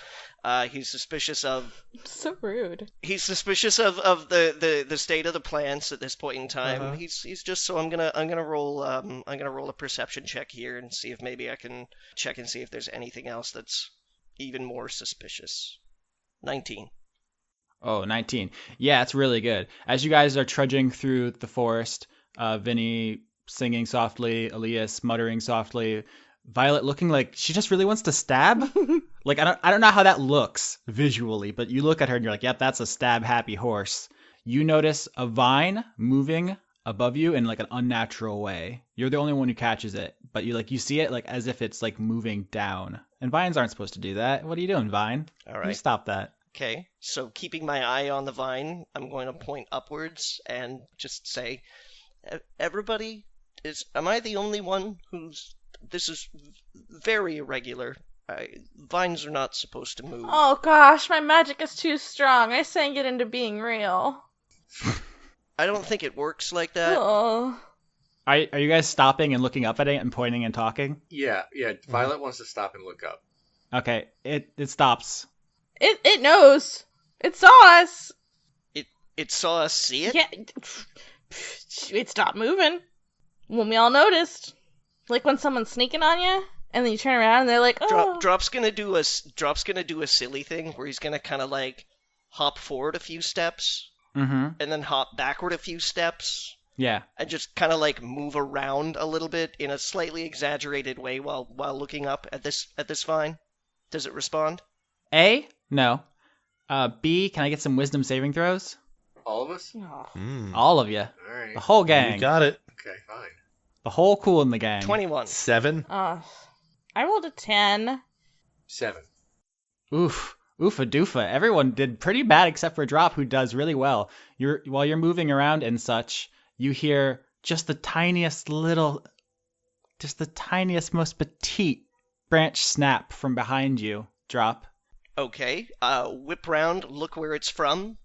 [SPEAKER 5] Uh, he's suspicious of
[SPEAKER 3] So rude.
[SPEAKER 5] he's suspicious of, of the, the, the state of the plants at this point in time.
[SPEAKER 2] Uh-huh.
[SPEAKER 5] He's he's just so I'm gonna I'm gonna roll um I'm gonna roll a perception check here and see if maybe I can check and see if there's anything else that's even more suspicious. Nineteen.
[SPEAKER 2] Oh, 19. Yeah, it's really good. As you guys are trudging through the forest, uh, Vinny singing softly, Elias muttering softly, Violet looking like she just really wants to stab. like, I don't, I don't know how that looks visually, but you look at her and you're like, yep, that's a stab happy horse. You notice a vine moving above you in like an unnatural way. You're the only one who catches it, but you like you see it like as if it's like moving down. And vines aren't supposed to do that. What are you doing, vine?
[SPEAKER 5] All
[SPEAKER 2] You
[SPEAKER 5] right.
[SPEAKER 2] stop that.
[SPEAKER 5] Okay, so keeping my eye on the vine, I'm going to point upwards and just say, "E- "Everybody, is am I the only one who's this is very irregular? I, vines are not supposed to move."
[SPEAKER 3] Oh gosh, my magic is too strong. I sang it into being real.
[SPEAKER 5] I don't think it works like that.
[SPEAKER 3] Oh.
[SPEAKER 2] Are, are you guys stopping and looking up at it and pointing and talking?
[SPEAKER 4] Yeah, yeah. Violet wants to stop and look up.
[SPEAKER 2] Okay, it it stops.
[SPEAKER 3] It it knows. It saw us.
[SPEAKER 5] It saw us see it.
[SPEAKER 3] Yeah. It stopped moving when we all noticed. Like when someone's sneaking on you, and then you turn around and they're like, "Oh,
[SPEAKER 5] Drop, Drop's gonna do a s- Drop's gonna do a silly thing where he's gonna kind of like hop forward a few steps
[SPEAKER 2] Mm-hmm.
[SPEAKER 5] and then hop backward a few steps
[SPEAKER 2] Yeah.
[SPEAKER 5] and just kind of like move around a little bit in a slightly exaggerated way while while looking up at this at this vine. Does it respond?
[SPEAKER 2] A no. Uh, B. Can I get some wisdom saving throws?
[SPEAKER 4] All of us.
[SPEAKER 3] Aw.
[SPEAKER 6] Mm,
[SPEAKER 2] All of you,
[SPEAKER 4] All right.
[SPEAKER 2] the whole
[SPEAKER 6] You
[SPEAKER 2] gang,
[SPEAKER 6] got it.
[SPEAKER 4] Okay, fine.
[SPEAKER 2] the whole cool in the gang.
[SPEAKER 5] Twenty-one.
[SPEAKER 6] Seven.
[SPEAKER 3] Ugh. Oh. I rolled a 10.
[SPEAKER 4] Seven.
[SPEAKER 2] Oof. Oofa doofa. Everyone did pretty bad except for Drop, who does really well. You're while you're moving around and such, you hear just the tiniest little, just the tiniest, most petite branch snap from behind you. Drop.
[SPEAKER 5] Okay. Uh, whip round. Look where it's from.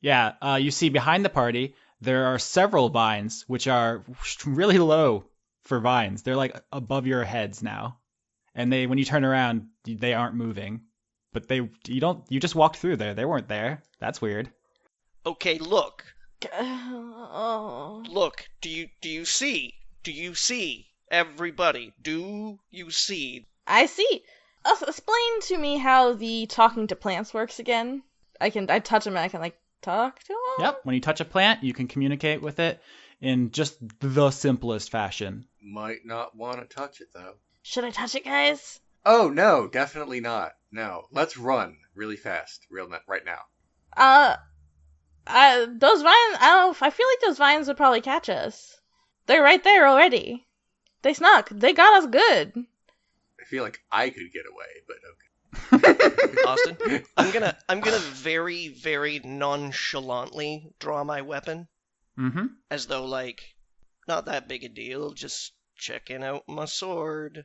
[SPEAKER 2] Yeah, uh, you see behind the party, there are several vines, which are really low for vines. They're like above your heads now. And they, when you turn around, they aren't moving. But they, you don't, you just walked through there. They weren't there. That's weird.
[SPEAKER 5] Okay. Look.
[SPEAKER 3] Oh.
[SPEAKER 5] Look. Do you do you see? Do you see? Everybody. Do you see?
[SPEAKER 3] I see. Uh, explain to me how the talking to plants works again. I can I touch them and I can like talk to them.
[SPEAKER 2] Yep. When you touch a plant, you can communicate with it in just the simplest fashion.
[SPEAKER 4] Might not want to touch it though.
[SPEAKER 3] Should I touch it, guys?
[SPEAKER 4] Oh no, definitely not. No, let's run really fast, real na- right now.
[SPEAKER 3] Uh, I, those vines. I don't. know if- I feel like those vines would probably catch us. They're right there already. They snuck. They got us good.
[SPEAKER 4] I feel like I could get away, but okay.
[SPEAKER 5] Austin. I'm gonna I'm gonna very very nonchalantly draw my weapon.
[SPEAKER 2] Mm-hmm.
[SPEAKER 5] as though like not that big a deal just checking out my sword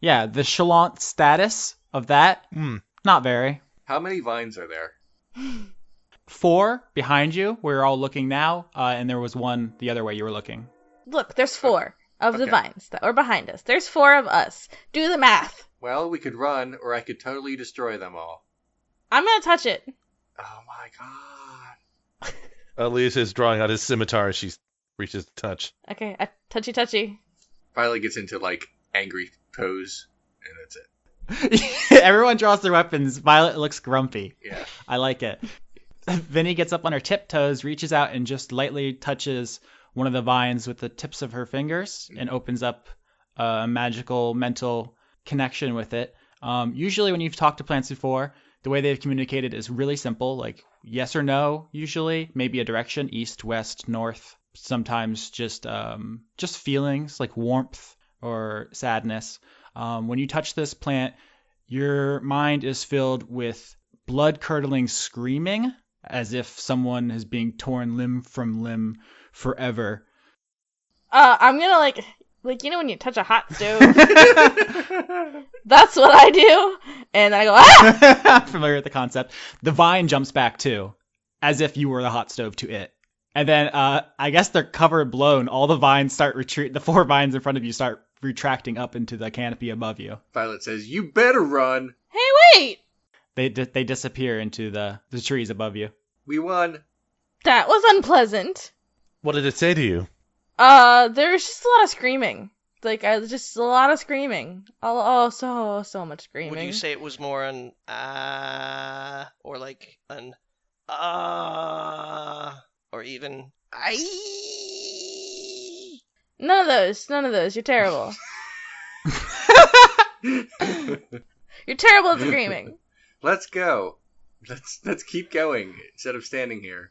[SPEAKER 2] Yeah. The chalant status of that,
[SPEAKER 6] Mm.
[SPEAKER 2] not very.
[SPEAKER 4] How many vines are there?
[SPEAKER 2] Four behind you. We're all looking now, uh, and there was one the other way you were looking.
[SPEAKER 3] Look, there's four of the
[SPEAKER 4] Okay.
[SPEAKER 3] vines that were behind us. There's four of us. Do the math.
[SPEAKER 4] Well, we could run, or I could totally destroy them all.
[SPEAKER 3] I'm gonna touch it.
[SPEAKER 4] Oh my god.
[SPEAKER 6] Elias is drawing out his scimitar as she reaches to touch.
[SPEAKER 3] Okay, I, touchy touchy.
[SPEAKER 4] Finally gets into like angry pose, and that's it.
[SPEAKER 2] Everyone draws their weapons. Violet looks grumpy.
[SPEAKER 4] Yeah.
[SPEAKER 2] I like it. Vinny gets up on her tiptoes, reaches out, and just lightly touches one of the vines with the tips of her fingers and opens up a magical mental connection with it. Um, usually, when you've talked to plants before, the way they've communicated is really simple like yes or no, usually, maybe a direction east, west, north, sometimes just, um, just feelings like warmth or sadness. Um, when you touch this plant, your mind is filled with blood curdling screaming as if someone is being torn limb from limb forever.
[SPEAKER 3] Uh, I'm gonna like, like you know when you touch a hot stove. That's what I do, and I go ah.
[SPEAKER 2] familiar with the concept. The vine jumps back too, as if you were the hot stove to it. And then uh, I guess they're covered blown. All the vines start retreat. The four vines in front of you start retracting up into the canopy above you.
[SPEAKER 4] Violet says, "You better run.
[SPEAKER 3] Hey, wait!
[SPEAKER 2] They di- they disappear into the the trees above you.
[SPEAKER 4] We won."
[SPEAKER 3] That was unpleasant.
[SPEAKER 6] What did it say to you?
[SPEAKER 3] Uh, there's just a lot of screaming. Like, I just a lot of screaming. Oh, oh so so much screaming.
[SPEAKER 5] Would you say it was more an ah or like an ah or even I?
[SPEAKER 3] None of those. None of those. You're terrible. You're terrible at screaming.
[SPEAKER 4] Let's go. Let's let's keep going instead of standing here.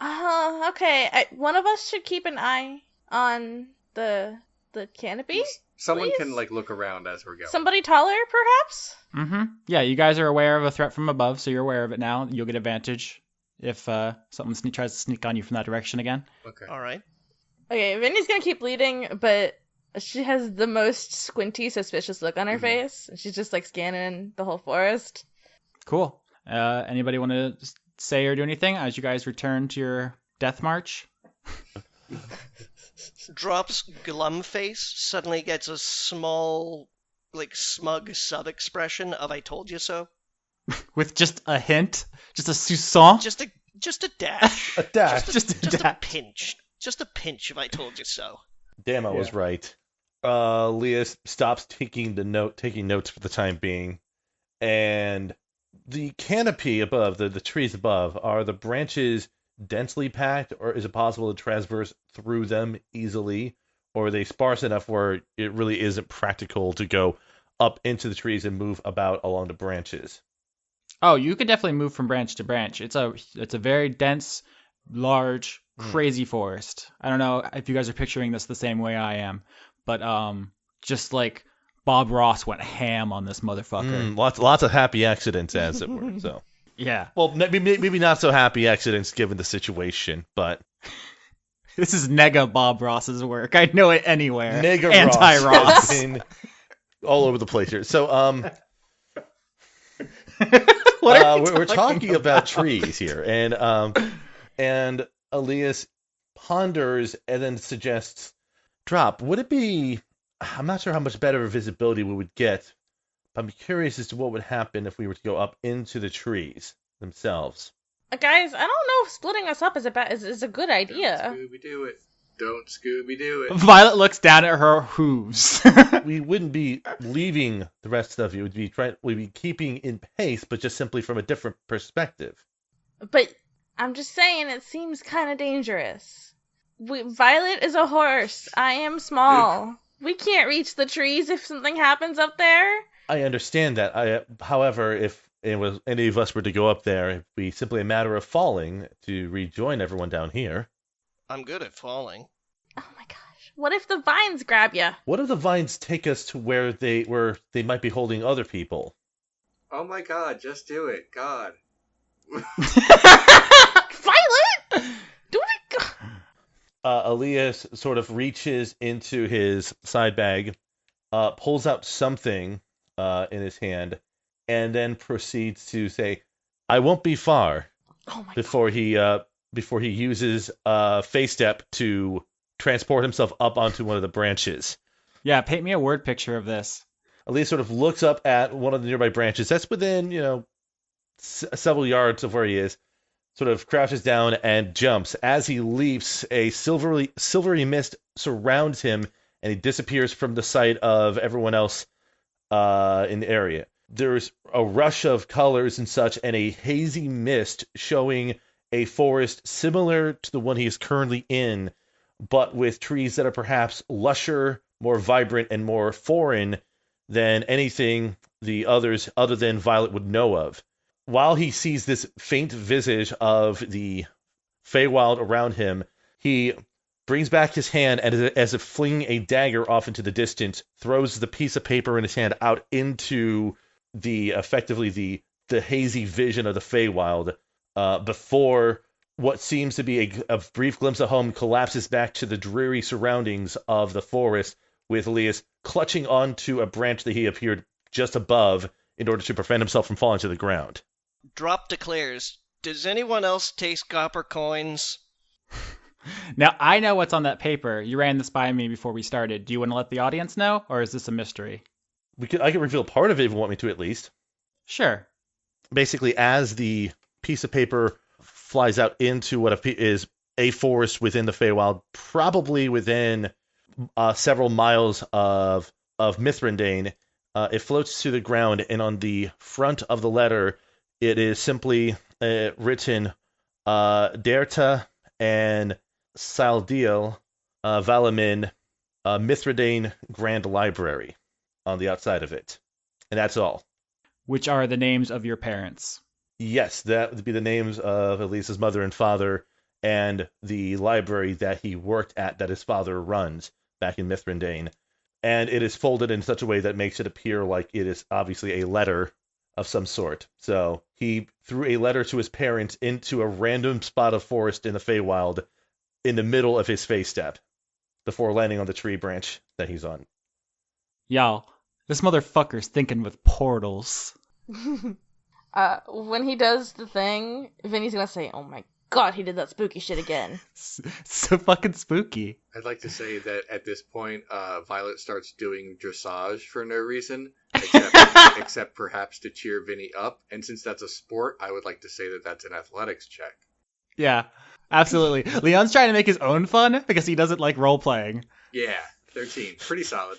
[SPEAKER 3] Uh, okay. I, one of us should keep an eye on the the canopy.
[SPEAKER 4] Someone can
[SPEAKER 3] Please?
[SPEAKER 4] like look around as we're going.
[SPEAKER 3] Somebody taller, perhaps.
[SPEAKER 2] Mm-hmm. Yeah, you guys are aware of a threat from above, so you're aware of it now. You'll get advantage if uh, something sne- tries to sneak on you from that direction again.
[SPEAKER 4] okay.
[SPEAKER 5] All right.
[SPEAKER 3] Okay, Vinny's gonna keep leading, but she has the most squinty, suspicious look on her
[SPEAKER 5] Mm-hmm.
[SPEAKER 4] Mhm.
[SPEAKER 3] face. She's just like scanning the whole forest.
[SPEAKER 2] Cool. Uh, anybody want to say or do anything as you guys return to your death march?
[SPEAKER 5] Drops Glumface suddenly gets a small, like smug sub expression of "I told you so."
[SPEAKER 2] With just a hint, just a soupçon, just,
[SPEAKER 5] Just a just a dash.
[SPEAKER 6] A dash.
[SPEAKER 5] Just a,
[SPEAKER 2] Just a
[SPEAKER 5] just a
[SPEAKER 2] dash.
[SPEAKER 5] pinch. Just a pinch of "I told you so."
[SPEAKER 6] Damn, I was right. Uh, Leah s- stops taking the note, taking notes for the time being, and the canopy above, the, the trees above, are the branches densely packed, or is it possible to transverse through them easily, or are they sparse enough where it really isn't practical to go up into the trees and move about along the branches?
[SPEAKER 2] oh, you could definitely move from branch to branch. It's a it's a very dense, large,
[SPEAKER 6] Mm.
[SPEAKER 2] crazy forest. I don't know if you guys are picturing this the same way I am, but um, just like Bob Ross went ham on this motherfucker.
[SPEAKER 6] Mm, lots, lots of happy accidents, as it were. So,
[SPEAKER 2] Yeah,
[SPEAKER 6] well, maybe maybe not so happy accidents given the situation, but
[SPEAKER 2] this is nega Bob Ross's work. I know it anywhere.
[SPEAKER 6] Nigger
[SPEAKER 2] Anti
[SPEAKER 6] Ross
[SPEAKER 2] Ross.
[SPEAKER 6] has been all over the place here. So, um,
[SPEAKER 2] What are
[SPEAKER 6] uh,
[SPEAKER 2] we
[SPEAKER 6] we're, we're talking about? trees here, and um, and Elias ponders and then suggests, "Drop. Would it be? I'm not sure how much better visibility we would get. But I'm curious as to what would happen if we were to go up into the trees themselves.
[SPEAKER 3] Uh, guys, I don't know if splitting us up is a ba- is, is a good idea.
[SPEAKER 4] Scooby Doo it. Don't Scooby Doo it.
[SPEAKER 2] Violet looks down at her hooves.
[SPEAKER 6] We wouldn't be leaving the rest of you. We'd be trying. We'd be keeping in pace, but just simply from a different perspective."
[SPEAKER 3] But I'm just saying, it seems kind of dangerous. We- Violet is a horse. I am small. we can't reach the trees if something happens up there.
[SPEAKER 6] I understand that. I, however, if it was any of us were to go up there, it'd be simply a matter of falling to rejoin everyone down here.
[SPEAKER 5] I'm good at falling.
[SPEAKER 3] Oh my gosh! What if the vines grab you?
[SPEAKER 6] What if the vines take us to where they where they might be holding other people?
[SPEAKER 4] Oh my god, just do it. God.
[SPEAKER 3] Violet, do it.
[SPEAKER 6] Uh, Elias sort of reaches into his side bag, uh, pulls out something uh, in his hand, and then proceeds to say, "I won't be far."
[SPEAKER 3] Oh my
[SPEAKER 6] before he uh before he uses uh face step to transport himself up onto one of the branches.
[SPEAKER 2] yeah, paint me a word picture of this.
[SPEAKER 6] Elias sort of looks up at one of the nearby branches that's within, you know, s- several yards of where he is, sort of crouches down and jumps. As he leaps, a silvery silvery mist surrounds him, and he disappears from the sight of everyone else uh, in the area. There's a rush of colors and such, and a hazy mist showing a forest similar to the one he is currently in, but with trees that are perhaps lusher, more vibrant, and more foreign than anything the others other than Violet would know of. While he sees this faint visage of the Feywild around him, he brings back his hand and, as if flinging a dagger off into the distance, throws the piece of paper in his hand out into the effectively the the hazy vision of the Feywild uh, before what seems to be a, a brief glimpse of home collapses back to the dreary surroundings of the forest, with Elias clutching onto a branch that he appeared just above in order to prevent himself from falling to the ground.
[SPEAKER 5] Drop declares, Does anyone else taste copper coins?
[SPEAKER 2] Now I know what's on that paper. You ran this by me before we started. Do you want to let the audience know, or is this a mystery?
[SPEAKER 6] We could, I could reveal part of it if you want me to, at least.
[SPEAKER 2] Sure.
[SPEAKER 6] Basically, as the piece of paper flies out into what appe- is a forest within the Feywild, probably within uh, several miles of of Mithrandane, uh, it floats to the ground, and on the front of the letter, it is simply uh, written uh, Derta and Saldiel uh, Valamin, uh, Mithridane Grand Library on the outside of it. And that's all.
[SPEAKER 2] Which are the names of your parents?
[SPEAKER 6] Yes, that would be the names of Elisa's mother and father and the library that he worked at that his father runs back in Mithrandane. And it is folded in such a way that makes it appear like it is obviously a letter of some sort. So he threw a letter to his parents into a random spot of forest in the Feywild in the middle of his face step before landing on the tree branch that he's on.
[SPEAKER 2] Y'all, this motherfucker's thinking with portals.
[SPEAKER 3] uh, when he does the thing, Vinny's gonna say, "Oh my god, he did that spooky shit again."
[SPEAKER 2] S- so fucking spooky.
[SPEAKER 4] I'd like to say that at this point, uh, Violet starts doing dressage for no reason, except, except perhaps to cheer Vinny up. And since that's a sport, I would like to say that that's an athletics check.
[SPEAKER 2] Yeah, absolutely. Leon's trying to make his own fun because he doesn't like role playing.
[SPEAKER 4] Yeah, 13. Pretty solid.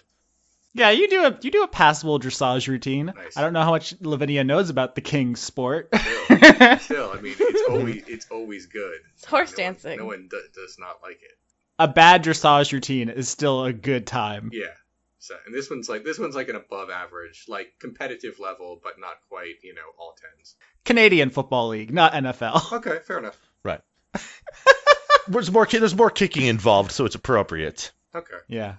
[SPEAKER 2] Yeah, you do a you do a passable dressage routine.
[SPEAKER 4] Nice.
[SPEAKER 2] I don't know how much Lavinia knows about the king's sport.
[SPEAKER 4] Still, still, I mean, it's always it's always good.
[SPEAKER 3] It's horse
[SPEAKER 4] No one-
[SPEAKER 3] dancing.
[SPEAKER 4] No one do- does not like it.
[SPEAKER 2] a bad dressage routine is still a good time.
[SPEAKER 4] Yeah. So, and this one's like this one's like an above average, like competitive level, but not quite, you know, all tens.
[SPEAKER 2] Canadian Football League, not NFL.
[SPEAKER 4] Okay, fair enough.
[SPEAKER 6] There's more, ki- there's more kicking involved, so it's appropriate.
[SPEAKER 4] Okay.
[SPEAKER 2] Yeah.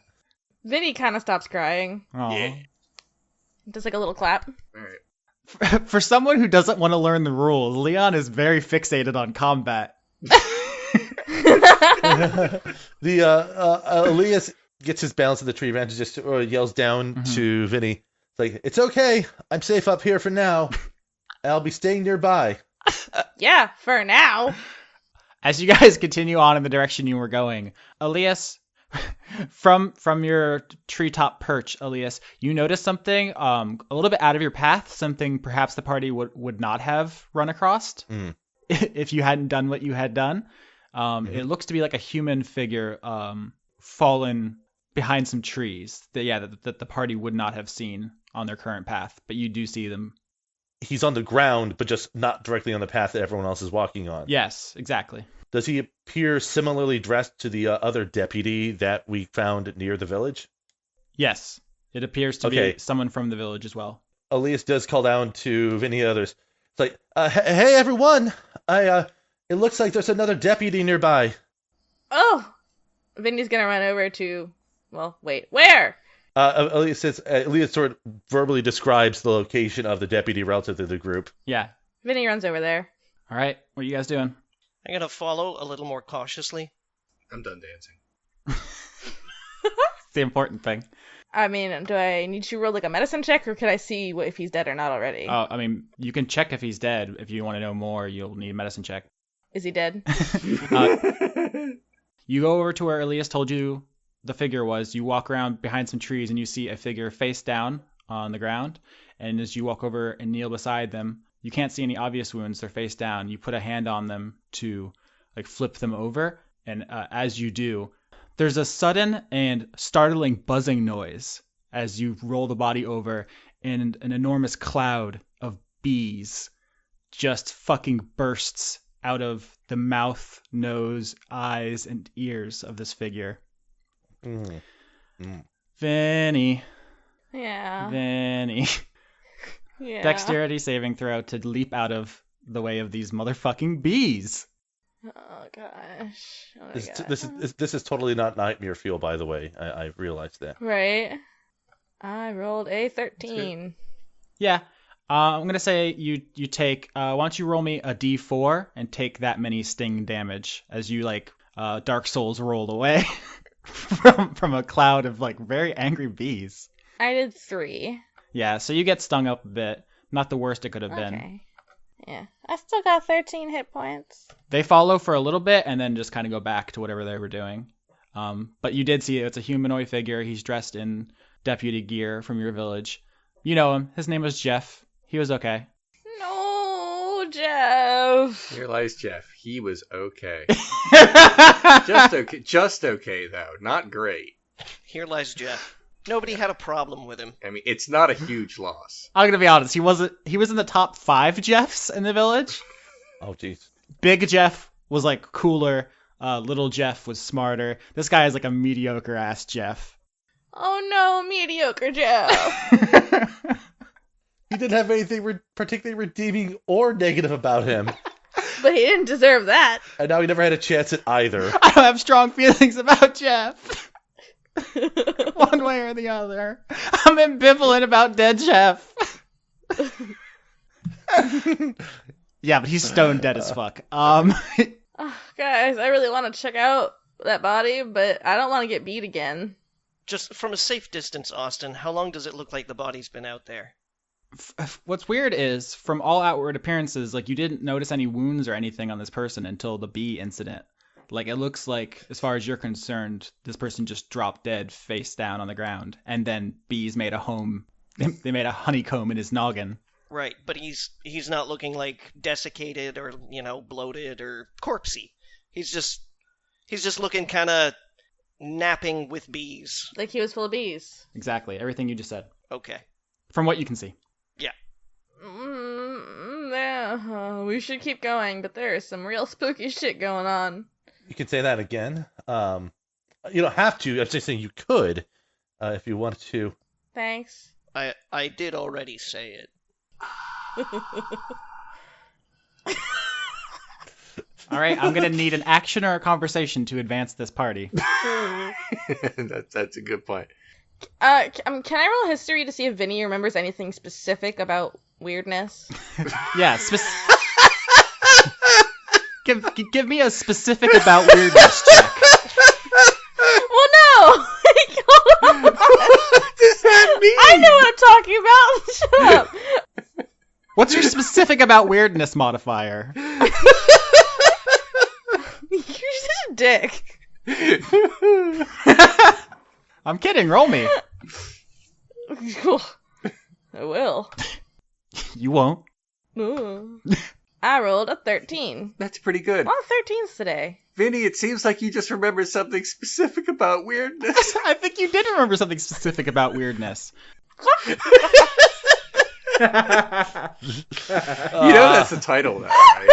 [SPEAKER 3] Vinny kind of stops crying,
[SPEAKER 2] Aw.
[SPEAKER 5] Yeah.
[SPEAKER 3] does like a little clap.
[SPEAKER 4] All right.
[SPEAKER 2] For, for someone who doesn't want to learn the rules, Leon is very fixated on combat.
[SPEAKER 6] the uh, uh, Elias gets his balance at the tree branch and just uh, yells down
[SPEAKER 2] Mhm.
[SPEAKER 6] to Vinny, it's like, "It's okay. I'm safe up here for now. I'll be staying nearby."
[SPEAKER 3] yeah, for now.
[SPEAKER 2] As you guys continue on in the direction you were going, Elias, from from your treetop perch, Elias, you notice something um, a little bit out of your path, something perhaps the party would, would not have run across
[SPEAKER 6] Mm.
[SPEAKER 2] if you hadn't done what you had done. Um,
[SPEAKER 6] Mhm.
[SPEAKER 2] It looks to be like a human figure um, fallen behind some trees that, yeah, that, that the party would not have seen on their current path, but you do see them.
[SPEAKER 6] He's on the ground, but just not directly on the path that everyone else is walking on.
[SPEAKER 2] Yes, exactly.
[SPEAKER 6] Does he appear similarly dressed to the uh, other deputy that we found near the village?
[SPEAKER 2] Yes, it appears to
[SPEAKER 6] Okay.
[SPEAKER 2] be someone from the village as well.
[SPEAKER 6] Elias does call down to Vinny and others. It's like, uh, "Hey- "Hey, everyone! I uh, it looks like there's another deputy nearby."
[SPEAKER 3] Oh, Vinny's gonna run over to. Well, wait, where?
[SPEAKER 6] Uh, Elias says uh, Elias sort of verbally describes the location of the deputy relative to the group.
[SPEAKER 2] Yeah.
[SPEAKER 3] Vinny runs over there.
[SPEAKER 2] All right. What are you guys doing?
[SPEAKER 5] I'm gonna follow a little more cautiously.
[SPEAKER 4] I'm done dancing.
[SPEAKER 2] It's the important thing.
[SPEAKER 3] I mean, do I need to roll like a medicine check, or could I see what, if he's dead or not already?
[SPEAKER 6] Oh.
[SPEAKER 2] Uh, I mean, you can check if he's dead. If you want to know more, you'll need a medicine check.
[SPEAKER 3] Is he dead?
[SPEAKER 2] Uh, You go over to where Elias told you the figure was. You walk around behind some trees and you see a figure face down on the ground. And as you walk over and kneel beside them, You can't see any obvious wounds. They're face down. You put a hand on them to like flip them over, and uh, as you do, there's a sudden and startling buzzing noise as you roll the body over, and an enormous cloud of bees just fucking bursts out of the mouth, nose, eyes, and ears of this figure.
[SPEAKER 6] Mm.
[SPEAKER 2] Vinny,
[SPEAKER 3] Yeah.
[SPEAKER 2] Vinny.
[SPEAKER 3] yeah.
[SPEAKER 2] Dexterity saving throw to leap out of the way of these motherfucking bees.
[SPEAKER 3] Oh gosh. Oh, my
[SPEAKER 6] This,
[SPEAKER 3] gosh.
[SPEAKER 6] this is this, this is totally not nightmare fuel, by the way. I, I realized that.
[SPEAKER 3] right. I rolled a thirteen.
[SPEAKER 2] Yeah. Uh, I'm gonna say you you take. Uh, why don't you roll me a D4 and take that many sting damage as you like uh, Dark Souls rolled away from from a cloud of like very angry bees.
[SPEAKER 3] I did three.
[SPEAKER 2] Yeah, so you get stung up a bit. Not the worst it could have been.
[SPEAKER 3] Okay. Yeah. I still got thirteen hit points.
[SPEAKER 2] They follow for a little bit and then just kind of go back to whatever they were doing. Um, but you did see it. It's a humanoid figure. He's dressed in deputy gear from your village. You know him. His name was Jeff. He was okay.
[SPEAKER 3] No, Jeff.
[SPEAKER 4] Here lies Jeff. He was okay.
[SPEAKER 2] Just
[SPEAKER 4] just okay. Just okay though. Not great.
[SPEAKER 5] Here lies Jeff. Nobody had a problem with him.
[SPEAKER 4] I mean, it's not a huge loss.
[SPEAKER 2] I'm gonna be honest. He wasn't. He was in the top five Jeffs in the village.
[SPEAKER 6] Oh, jeez.
[SPEAKER 2] Big Jeff was like cooler. Uh, little Jeff was smarter. This guy is like a mediocre ass Jeff.
[SPEAKER 3] Oh no, mediocre Jeff.
[SPEAKER 6] He didn't have anything re- particularly redeeming or negative about him,
[SPEAKER 3] but he didn't deserve that.
[SPEAKER 6] and now he never had a chance at either.
[SPEAKER 2] I don't have strong feelings about Jeff. One way or the other. I'm ambivalent about dead Jeff. yeah, but he's stone dead as fuck. Um
[SPEAKER 3] Ugh, guys, I really want to check out that body, but I don't want to get beat again.
[SPEAKER 5] Just from a safe distance, Austin, how long does it look like the body's been out there?
[SPEAKER 2] f- what's weird is from all outward appearances, like you didn't notice any wounds or anything on this person until the bee incident. Like it looks like, as far as you're concerned, this person just dropped dead, face down on the ground, and then bees made a home. They made a honeycomb in his noggin.
[SPEAKER 5] Right, but he's he's not looking like desiccated or you know bloated or corpsey. He's just he's just looking kind of napping with bees.
[SPEAKER 3] Like he was full of bees.
[SPEAKER 2] Exactly, everything you just said,
[SPEAKER 5] Okay.
[SPEAKER 2] from what you can see.
[SPEAKER 3] Mm, yeah, uh, we should keep going, but there is some real spooky shit going on.
[SPEAKER 6] You can say that again. Um, you don't have to. I'm just saying you could, uh, if you wanted to.
[SPEAKER 3] Thanks.
[SPEAKER 5] I I did already say it.
[SPEAKER 2] All right, I'm gonna need an action or a conversation to advance this party.
[SPEAKER 4] that, that's a good point.
[SPEAKER 3] Uh, c- um, can I roll history to see if Vinny remembers anything specific about weirdness?
[SPEAKER 2] Yeah, spec- give g- give me a specific about weirdness check.
[SPEAKER 3] well, no. Like, hold on.
[SPEAKER 4] what does that mean?
[SPEAKER 3] I know what I'm talking about. Shut up.
[SPEAKER 2] What's your specific about weirdness modifier?
[SPEAKER 3] You're such a dick.
[SPEAKER 2] I'm kidding. Roll me.
[SPEAKER 3] I will.
[SPEAKER 2] You won't.
[SPEAKER 3] Ooh. I rolled a 13.
[SPEAKER 4] That's pretty good.
[SPEAKER 3] A lot of 13s today.
[SPEAKER 4] Vinny, it seems like you just remembered something specific about weirdness.
[SPEAKER 2] I think you did remember something specific about weirdness.
[SPEAKER 4] you know that's the title, though, right?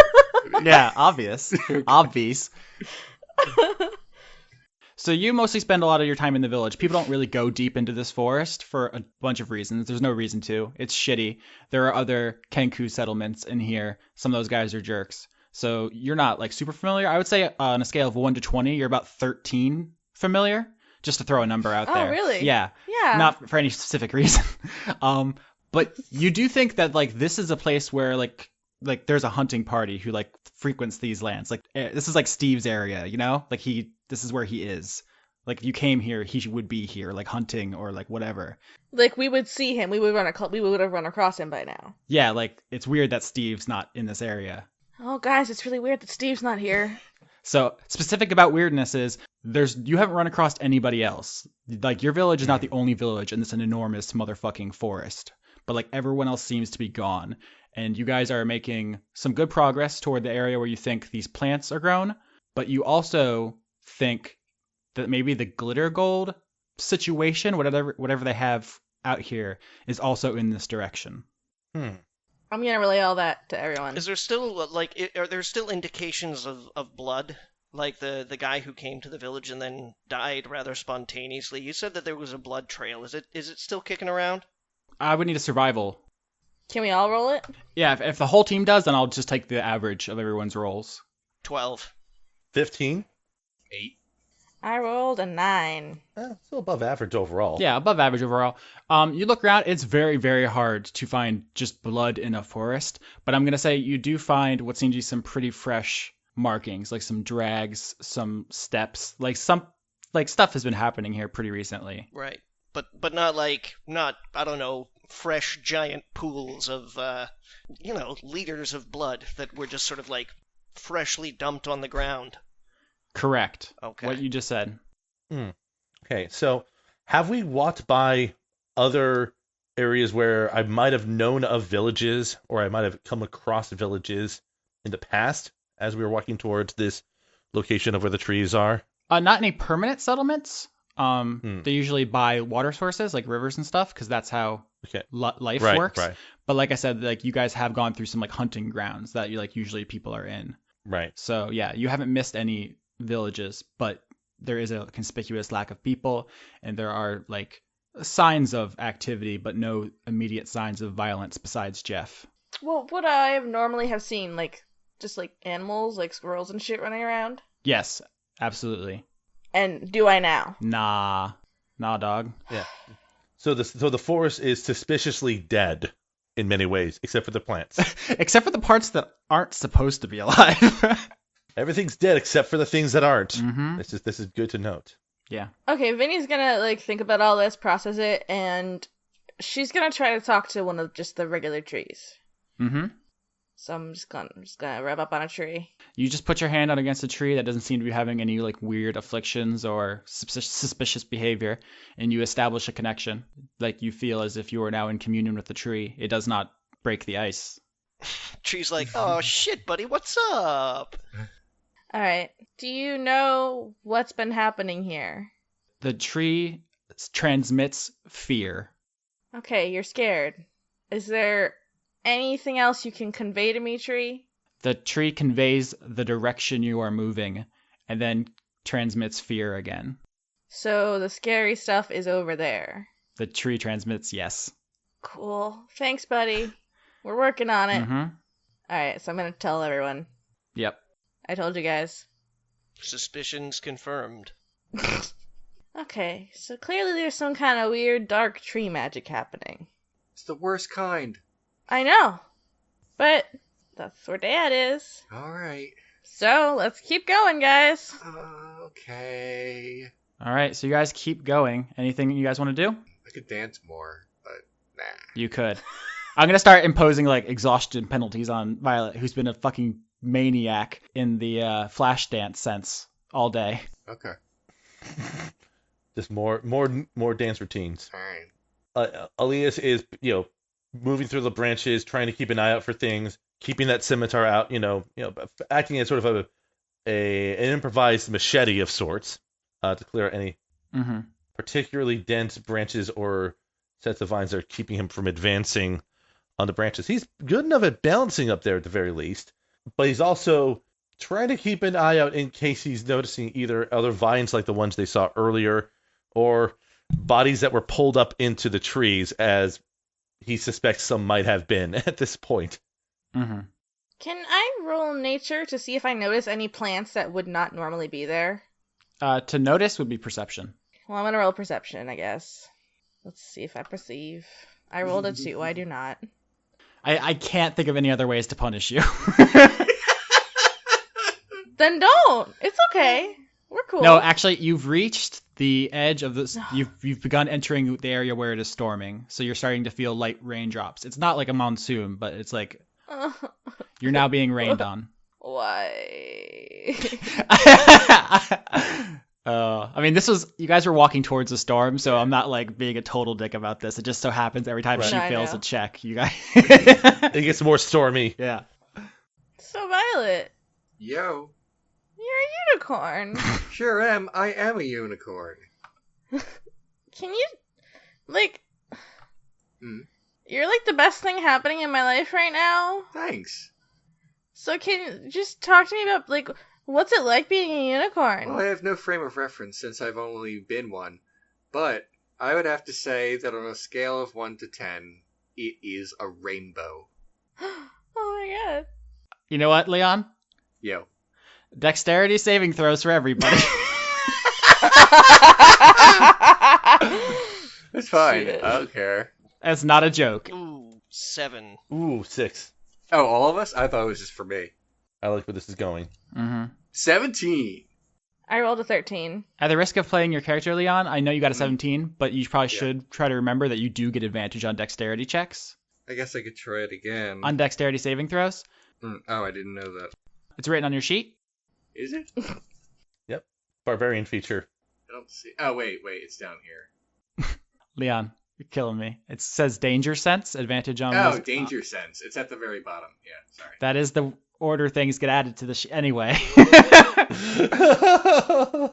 [SPEAKER 2] Yeah, obvious. Obvious. So you mostly spend a lot of your time in the village. People don't really go deep into this forest for a bunch of reasons. There's no reason to. It's shitty. There are other Kenku settlements in here. Some of those guys are jerks. So you're not like super familiar. I would say uh, on a scale of 1 to 20, you're about 13 familiar, just to throw a number out
[SPEAKER 3] Oh,
[SPEAKER 2] there.
[SPEAKER 3] really?
[SPEAKER 2] Yeah.
[SPEAKER 3] Yeah.
[SPEAKER 2] not for any specific reason. um, but you do think that like this is a place where like like there's a hunting party who like frequents these lands. Like eh, this is like Steve's area, you know? Like he this is where he is. Like if you came here, he would be here, like hunting or like whatever.
[SPEAKER 3] like we would see him. We would run ac- we would have run across him by now.
[SPEAKER 2] Yeah, like it's weird that Steve's not in this area.
[SPEAKER 3] Oh guys, it's really weird that Steve's not here.
[SPEAKER 2] So specific about weirdness is there's you haven't run across anybody else. Like your village is not the only village, and it's an enormous motherfucking forest. but like everyone else seems to be gone. And you guys are making some good progress toward the area where you think these plants are grown, but you also think that maybe the glitter gold situation, whatever whatever they have out here, is also in this direction.
[SPEAKER 6] Hmm.
[SPEAKER 3] I'm gonna relay all that to everyone.
[SPEAKER 5] Is there still uh, like i- are there still indications of, of blood? Like the the guy who came to the village and then died rather spontaneously. You said that there was a blood trail. Is it is it still kicking around?
[SPEAKER 2] I would Uh, need a survival.
[SPEAKER 3] Can we all roll it?
[SPEAKER 2] Yeah, if, if the whole team does, then I'll just take the average of everyone's rolls.
[SPEAKER 5] Twelve.
[SPEAKER 6] Fifteen.
[SPEAKER 4] Eight.
[SPEAKER 3] I rolled a nine.
[SPEAKER 6] Eh, still above average overall.
[SPEAKER 2] Yeah, above average overall. Um, you look around; it's very, very hard to find just blood in a forest. But I'm gonna say you do find what seems to be some pretty fresh markings, like some drags, some steps, like some like stuff has been happening here pretty recently.
[SPEAKER 5] Right. But but not like not I don't know fresh giant pools of uh, you know liters of blood that were just sort of like freshly dumped on the ground.
[SPEAKER 2] Correct.
[SPEAKER 5] Okay.
[SPEAKER 2] What you just said.
[SPEAKER 6] Okay, so have we walked by other areas where I might have known of villages or I might have come across villages in the past as we were walking towards this location of where the trees are?
[SPEAKER 2] Uh, not any permanent settlements. Um,
[SPEAKER 6] Hmm.
[SPEAKER 2] they usually buy water sources like rivers and stuff because that's how
[SPEAKER 6] Okay.
[SPEAKER 2] li- life
[SPEAKER 6] right,
[SPEAKER 2] works.
[SPEAKER 6] right,
[SPEAKER 2] But like I said, like you guys have gone through some like hunting grounds that you like usually people are in.
[SPEAKER 6] right.
[SPEAKER 2] So yeah, you haven't missed any villages, but there is a conspicuous lack of people, and there are like signs of activity, but no immediate signs of violence besides Jeff.
[SPEAKER 3] Well, would I have normally have seen like just like animals, like squirrels and shit running around?
[SPEAKER 2] Yes, absolutely.
[SPEAKER 3] And do I now?
[SPEAKER 2] Nah, nah, dog.
[SPEAKER 6] So the so the forest is suspiciously dead in many ways, except for the plants.
[SPEAKER 2] Except for the parts that aren't supposed to be alive.
[SPEAKER 6] Everything's dead except for the things that aren't.
[SPEAKER 2] hmm
[SPEAKER 6] This is this is good to note.
[SPEAKER 3] Okay, Vinny's gonna like think about all this, process it, and she's gonna try to talk to one of just the regular trees.
[SPEAKER 2] hmm
[SPEAKER 3] So I'm just gonna I'm just gonna rub up on a tree.
[SPEAKER 2] You just put your hand out against a tree that doesn't seem to be having any like weird afflictions or sus- suspicious behavior, and you establish a connection. Like you feel as if you are now in communion with the tree. It does not break the ice.
[SPEAKER 5] Tree's like, oh shit, buddy, what's up?
[SPEAKER 3] All right. Do you know what's been happening here?
[SPEAKER 2] The tree s- transmits fear.
[SPEAKER 3] Okay, you're scared. Is there anything else you can convey to me, tree?
[SPEAKER 2] The tree conveys the direction you are moving, and then transmits fear again.
[SPEAKER 3] So the scary stuff is over there.
[SPEAKER 2] The tree transmits yes.
[SPEAKER 3] Cool. Thanks, buddy. We're working on it.
[SPEAKER 2] Mm-hmm.
[SPEAKER 3] All right, so I'm gonna tell everyone.
[SPEAKER 2] Yep.
[SPEAKER 3] I told you guys.
[SPEAKER 5] Suspicions confirmed.
[SPEAKER 3] Okay, so clearly there's some kind of weird dark tree magic happening.
[SPEAKER 4] It's the worst kind.
[SPEAKER 3] I know, but that's where Dad is.
[SPEAKER 4] All right.
[SPEAKER 3] So let's keep going, guys.
[SPEAKER 4] Okay.
[SPEAKER 2] All right. So you guys keep going. Anything you guys want to do?
[SPEAKER 4] I could dance more, but nah.
[SPEAKER 2] You could. I'm gonna start imposing like exhaustion penalties on Violet, who's been a fucking maniac in the uh, flash dance sense all day.
[SPEAKER 4] Okay.
[SPEAKER 6] Just more more more dance routines.
[SPEAKER 4] All right.
[SPEAKER 6] uh, Elias is, you know, moving through the branches, trying to keep an eye out for things, keeping that scimitar out, you know, you know, acting as sort of a, a an improvised machete of sorts uh, to clear out any
[SPEAKER 2] Mm-hmm.
[SPEAKER 6] particularly dense branches or sets of vines that are keeping him from advancing on the branches. He's good enough at balancing up there at the very least, but he's also trying to keep an eye out in case he's noticing either other vines like the ones they saw earlier or bodies that were pulled up into the trees as he suspects some might have been at this point.
[SPEAKER 2] Mm-hmm.
[SPEAKER 3] Can I roll nature to see if I notice any plants that would not normally be there?
[SPEAKER 2] Uh, to notice would be perception.
[SPEAKER 3] Well, I'm gonna roll perception, I guess. Let's see if I perceive. I rolled a two. I do not.
[SPEAKER 2] I, I can't think of any other ways to punish you.
[SPEAKER 3] Then don't. It's okay. We're cool.
[SPEAKER 2] no, actually, you've reached the edge of this.
[SPEAKER 3] No.
[SPEAKER 2] You've you've begun entering the area where it is storming, so you're starting to feel light raindrops. It's not like a monsoon, but it's like
[SPEAKER 3] Ugh,
[SPEAKER 2] you're now being rained on.
[SPEAKER 3] why?
[SPEAKER 2] Uh, I mean, this was you guys were walking towards the storm, so I'm not like being a total dick about this. It just so happens every time
[SPEAKER 6] Right.
[SPEAKER 2] she
[SPEAKER 3] No, I
[SPEAKER 2] fails
[SPEAKER 3] know.
[SPEAKER 2] a check, you guys.
[SPEAKER 6] It gets more stormy.
[SPEAKER 2] yeah.
[SPEAKER 3] So Violet,
[SPEAKER 4] Yo,
[SPEAKER 3] you're a unicorn.
[SPEAKER 4] sure am. I am a unicorn.
[SPEAKER 3] Can you, like,
[SPEAKER 4] Hmm.
[SPEAKER 3] you're like the best thing happening in my life right now.
[SPEAKER 4] Thanks.
[SPEAKER 3] So can you just talk to me about like what's it like being a unicorn?
[SPEAKER 4] Well, I have no frame of reference since I've only been one, but I would have to say that on a scale of 1 to 10, it is a rainbow.
[SPEAKER 3] oh my god.
[SPEAKER 2] You know what, Leon?
[SPEAKER 4] Yo.
[SPEAKER 2] Dexterity saving throws for everybody.
[SPEAKER 4] It's fine.
[SPEAKER 3] Shit.
[SPEAKER 4] I don't care.
[SPEAKER 2] That's not a joke.
[SPEAKER 5] Ooh, seven.
[SPEAKER 6] Ooh, six.
[SPEAKER 4] Oh, all of us? I thought it was just for me.
[SPEAKER 6] I like where this is going.
[SPEAKER 2] Mm-hmm.
[SPEAKER 4] 17.
[SPEAKER 3] I rolled a thirteen.
[SPEAKER 2] At the risk of playing your character, Leon, I know you got a
[SPEAKER 4] Mhm.
[SPEAKER 2] 17, but you probably
[SPEAKER 4] Yeah.
[SPEAKER 2] should try to remember that you do get advantage on dexterity checks,
[SPEAKER 4] I guess I could try it again.
[SPEAKER 2] on dexterity saving throws.
[SPEAKER 4] Mm, oh, I didn't know that.
[SPEAKER 2] It's written on your sheet.
[SPEAKER 4] Is it?
[SPEAKER 6] Barbarian feature.
[SPEAKER 4] I don't see. Oh, wait, wait. It's down here.
[SPEAKER 2] Leon, you're killing me. It says danger sense, advantage on.
[SPEAKER 4] Oh,
[SPEAKER 2] wisdom-
[SPEAKER 4] danger sense. It's at the very bottom. Yeah, sorry.
[SPEAKER 2] That is the order things get added to the sh- anyway.
[SPEAKER 6] Ah.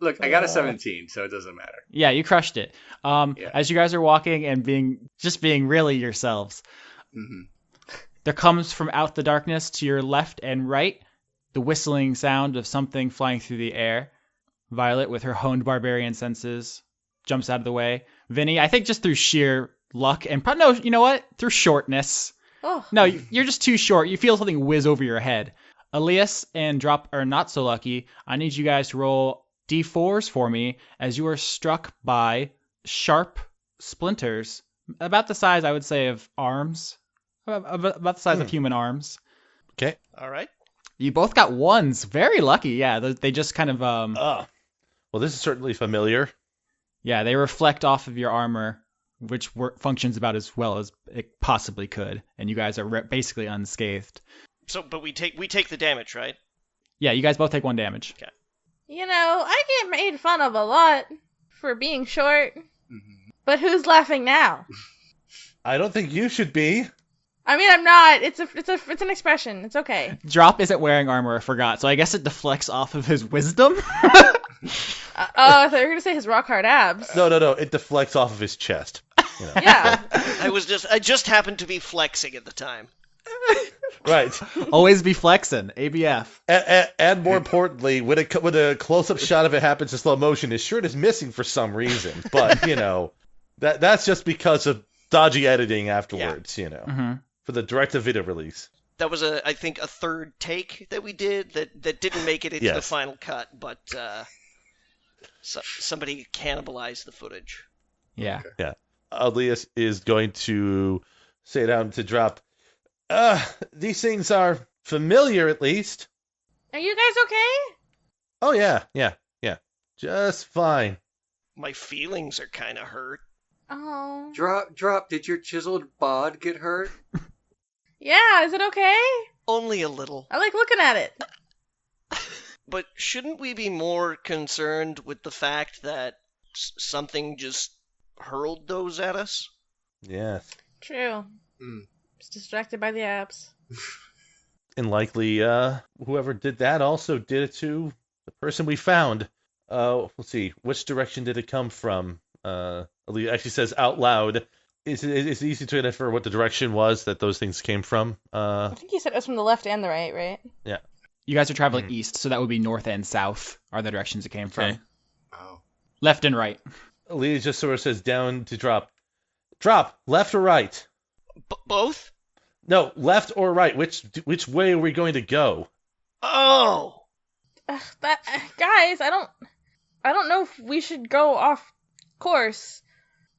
[SPEAKER 4] Look, I got a
[SPEAKER 6] Uh.
[SPEAKER 4] 17, so it doesn't matter.
[SPEAKER 2] yeah, you crushed it. Um,
[SPEAKER 4] Yeah.
[SPEAKER 2] As you guys are walking and being just being really yourselves,
[SPEAKER 4] hmm
[SPEAKER 2] there comes from out the darkness to your left and right the whistling sound of something flying through the air. Violet, with her honed barbarian senses, jumps out of the way. Vinny, I think just through sheer luck and pro- no, you know what? Through shortness.
[SPEAKER 3] Oh,
[SPEAKER 2] No, you- you're just too short. You feel something whiz over your head. Elias and Drop are not so lucky. I need you guys to roll d4s for me as you are struck by sharp splinters, about the size, I would say, of arms, ab- ab- about the size of
[SPEAKER 6] Hmm.
[SPEAKER 2] human arms.
[SPEAKER 5] All right.
[SPEAKER 2] You both got ones. Very lucky. Yeah, th- they just kind of, um,
[SPEAKER 6] Ah. Well, this is certainly familiar.
[SPEAKER 2] yeah, they reflect off of your armor, which wor- functions about as well as it possibly could. And you guys are re- basically unscathed.
[SPEAKER 5] So, but we take we take the damage, right?
[SPEAKER 2] Yeah, you guys both take one damage.
[SPEAKER 3] you know I get made fun of a lot for being short,
[SPEAKER 4] hmm
[SPEAKER 3] but who's laughing now?
[SPEAKER 6] I don't think you should be.
[SPEAKER 3] I mean, I'm not. It's a, it's a, it's an expression. It's okay.
[SPEAKER 2] Drop isn't wearing armor, I forgot, so I guess it deflects off of his wisdom.
[SPEAKER 3] Uh, oh, I thought you were gonna say his rock hard abs.
[SPEAKER 6] No, no, no. It deflects off of his chest. You know.
[SPEAKER 3] Yeah.
[SPEAKER 5] I was just I just happened to be flexing at the time.
[SPEAKER 6] Right.
[SPEAKER 2] Always be flexing, ABF.
[SPEAKER 6] And, and more importantly, when, it, co- when a close up shot of it happens in slow motion, his shirt is missing for some reason. But, you know, that that's just because of dodgy editing afterwards, you know,
[SPEAKER 2] Mm-hmm.
[SPEAKER 6] for the direct to video release.
[SPEAKER 5] That was a I think a third take that we did that that didn't make it into the
[SPEAKER 6] Yes.
[SPEAKER 5] final cut, but uh, so, somebody cannibalized the footage.
[SPEAKER 2] Yeah.
[SPEAKER 6] Elias is going to say down to drop. Uh, these things are familiar, at least.
[SPEAKER 3] Are you guys okay?
[SPEAKER 6] Oh, yeah, yeah, yeah. Just fine.
[SPEAKER 5] My feelings are kind of hurt.
[SPEAKER 3] Oh.
[SPEAKER 4] Drop, drop. Did your chiseled bod get hurt?
[SPEAKER 3] Yeah. Is it okay?
[SPEAKER 5] Only a little.
[SPEAKER 3] I like looking at it.
[SPEAKER 5] But shouldn't we be more concerned with the fact that s- something just hurled those at us?
[SPEAKER 6] Yes.
[SPEAKER 3] True.
[SPEAKER 4] Mm.
[SPEAKER 3] Just distracted by the abs.
[SPEAKER 6] and likely uh whoever did that also did it to the person we found. Uh let's see, which direction did it come from? Uh it actually says out loud. It's, it's easy to infer what the direction was that those things came from. Uh
[SPEAKER 3] I think you said it was from the left and the right, right?
[SPEAKER 2] You guys are traveling
[SPEAKER 6] Mhm.
[SPEAKER 2] east, so that would be north and south are the directions it came
[SPEAKER 6] Okay.
[SPEAKER 2] from.
[SPEAKER 4] Oh.
[SPEAKER 2] Left and right.
[SPEAKER 6] Lee just sort of says down to drop. Drop, left or right?
[SPEAKER 5] B- both?
[SPEAKER 6] No, left or right. Which which way are we going to go?
[SPEAKER 5] Oh!
[SPEAKER 3] Ugh, that guys, I don't, I don't know if we should go off course.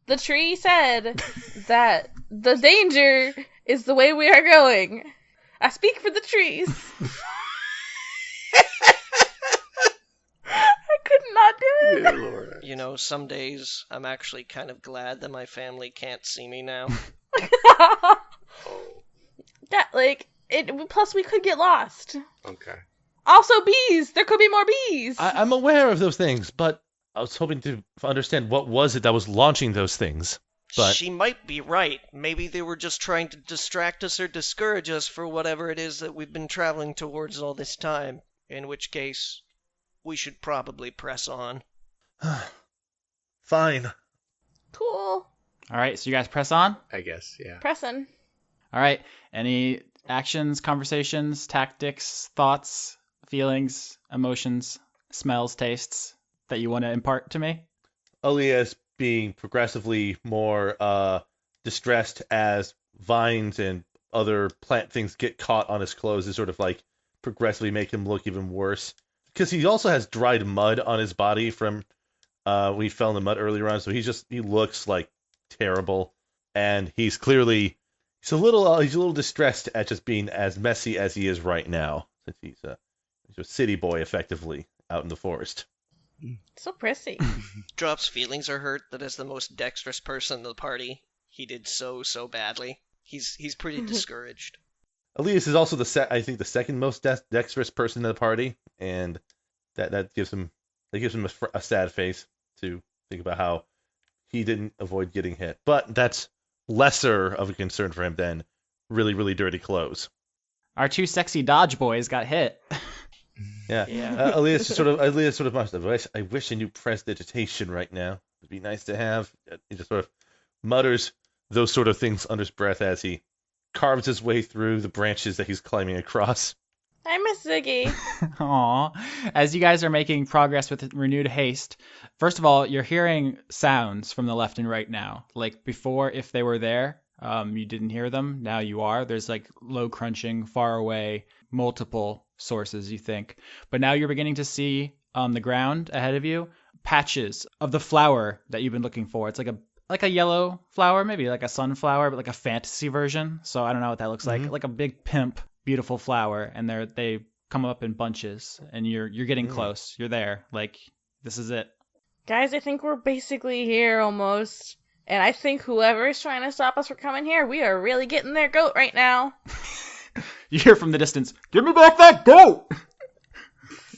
[SPEAKER 3] The tree said that the danger is the way we are going. I speak for the trees. I could not do it.
[SPEAKER 4] Dear Lord.
[SPEAKER 5] You know, some days I'm actually kind of glad that my family can't see me now.
[SPEAKER 4] Oh,
[SPEAKER 3] that like it. Plus, we could get lost.
[SPEAKER 4] okay.
[SPEAKER 3] Also, bees. There could be more bees.
[SPEAKER 6] I, I'm aware of those things, but I was hoping to understand what was it that was launching those things. But-
[SPEAKER 5] She might be right. Maybe they were just trying to distract us or discourage us for whatever it is that we've been traveling towards all this time. In which case, we should probably press on.
[SPEAKER 6] Fine.
[SPEAKER 3] cool.
[SPEAKER 2] All right, so you guys press on.
[SPEAKER 4] I guess, yeah.
[SPEAKER 3] Pressing.
[SPEAKER 2] All right, any actions, conversations, tactics, thoughts, feelings, emotions, smells, tastes that you want to impart to me?
[SPEAKER 6] Elias being progressively more uh, distressed as vines and other plant things get caught on his clothes is sort of like progressively make him look even worse. Because he also has dried mud on his body from uh, when he fell in the mud earlier on, so he's just he looks like terrible, and he's clearly he's a little uh, he's a little distressed at just being as messy as he is right now since he's a he's a city boy effectively out in the forest.
[SPEAKER 3] So prissy.
[SPEAKER 5] Drop's feelings are hurt that as the most dexterous person in the party, he did so so badly. He's he's pretty discouraged.
[SPEAKER 6] Elias is also the se- I think the second most dex- dexterous person in the party, and that that gives him that gives him a, fr- a sad face to think about how he didn't avoid getting hit. But that's lesser of a concern for him than really really dirty clothes.
[SPEAKER 2] Our two sexy Dodge boys got hit.
[SPEAKER 6] Yeah,
[SPEAKER 5] Yeah.
[SPEAKER 6] uh, Elias is sort of Elias sort of much. I wish I wish I knew prestidigitation right now. It'd be nice to have. Uh, He just sort of mutters those sort of things under his breath as he carves his way through the branches that he's climbing across.
[SPEAKER 3] I miss Ziggy.
[SPEAKER 2] Aw. As you guys are making progress with renewed haste, first of all, you're hearing sounds from the left and right now. Like before, if they were there, um, you didn't hear them. Now you are. There's like low crunching, far away, multiple sources, you think. But now you're beginning to see on the ground ahead of you patches of the flower that you've been looking for. It's like a like a yellow flower, maybe like a sunflower, but like a fantasy version. So I don't know what that looks
[SPEAKER 6] Mhm.
[SPEAKER 2] like. Like a big pimp, beautiful flower, and they're they come up in bunches and you're you're getting
[SPEAKER 6] Mm.
[SPEAKER 2] close. You're there. Like this is it.
[SPEAKER 3] Guys, I think we're basically here almost. And I think whoever is trying to stop us from coming here, we are really getting their goat right now.
[SPEAKER 2] You hear from the distance, "Give me back that goat!"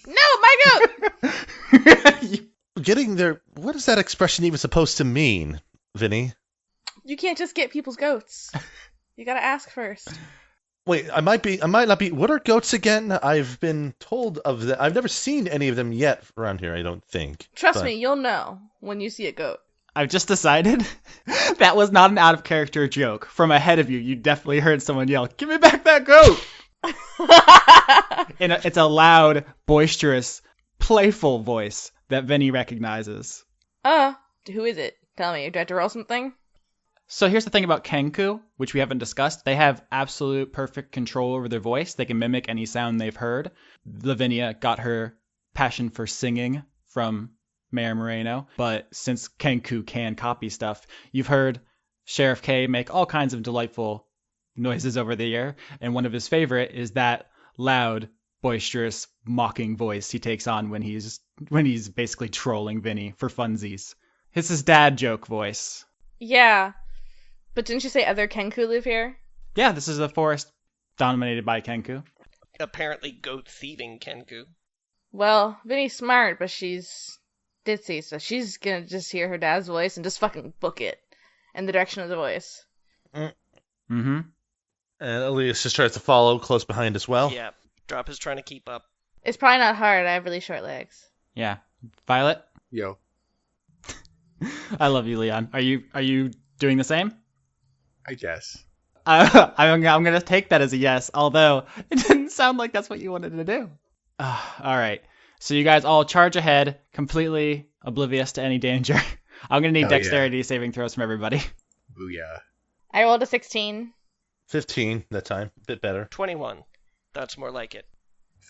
[SPEAKER 3] No, my goat!
[SPEAKER 6] getting there what is that expression even supposed to mean vinny
[SPEAKER 3] you can't just get people's goats. You gotta ask first.
[SPEAKER 6] wait i might be i might not be what are goats again i've been told of that i've never seen any of them yet around here i don't think
[SPEAKER 3] Trust
[SPEAKER 6] But-
[SPEAKER 3] me, you'll know when you see a goat.
[SPEAKER 2] I've just decided that was not an out of character joke. From ahead of you, you definitely heard someone yell, "Give me back that goat!" And it's a loud, boisterous, playful voice that Vinny recognizes.
[SPEAKER 3] uh, who is it? Tell me, do I have to roll something?
[SPEAKER 2] So here's the thing about Kenku, which we haven't discussed. They have absolute perfect control over their voice. They can mimic any sound they've heard. Lavinia got her passion for singing from Mayor Moreno, but since Kenku can copy stuff, you've heard Sheriff K make all kinds of delightful noises over the year, and one of his favorite is that loud, boisterous, mocking voice he takes on when he's when he's basically trolling Vinny for funsies. It's his dad joke voice.
[SPEAKER 3] Yeah. But didn't you say other Kenku live here?
[SPEAKER 2] Yeah, this is a forest dominated by Kenku.
[SPEAKER 5] Apparently goat thieving Kenku.
[SPEAKER 3] Well, Vinny's smart, but she's ditzy, so she's gonna just hear her dad's voice and just fucking book it in the direction of the voice.
[SPEAKER 2] Mm-hmm.
[SPEAKER 6] and elias just tries to follow close behind as well
[SPEAKER 5] Yeah. Drop is trying to keep up.
[SPEAKER 3] It's probably not hard. I have really short legs.
[SPEAKER 2] Yeah. Violet,
[SPEAKER 4] Yo.
[SPEAKER 2] I love you, Leon. Are you are you doing the same?
[SPEAKER 4] I guess.
[SPEAKER 2] Uh, I'm I'm gonna take that as a yes, although it didn't sound like that's what you wanted to do. Uh, all right. So you guys all charge ahead, completely oblivious to any danger. I'm gonna need
[SPEAKER 4] Oh, yeah.
[SPEAKER 2] dexterity saving throws from everybody.
[SPEAKER 4] Booyah.
[SPEAKER 3] I rolled a 16.
[SPEAKER 6] 15 that time a bit better
[SPEAKER 5] Twenty one. That's more like it.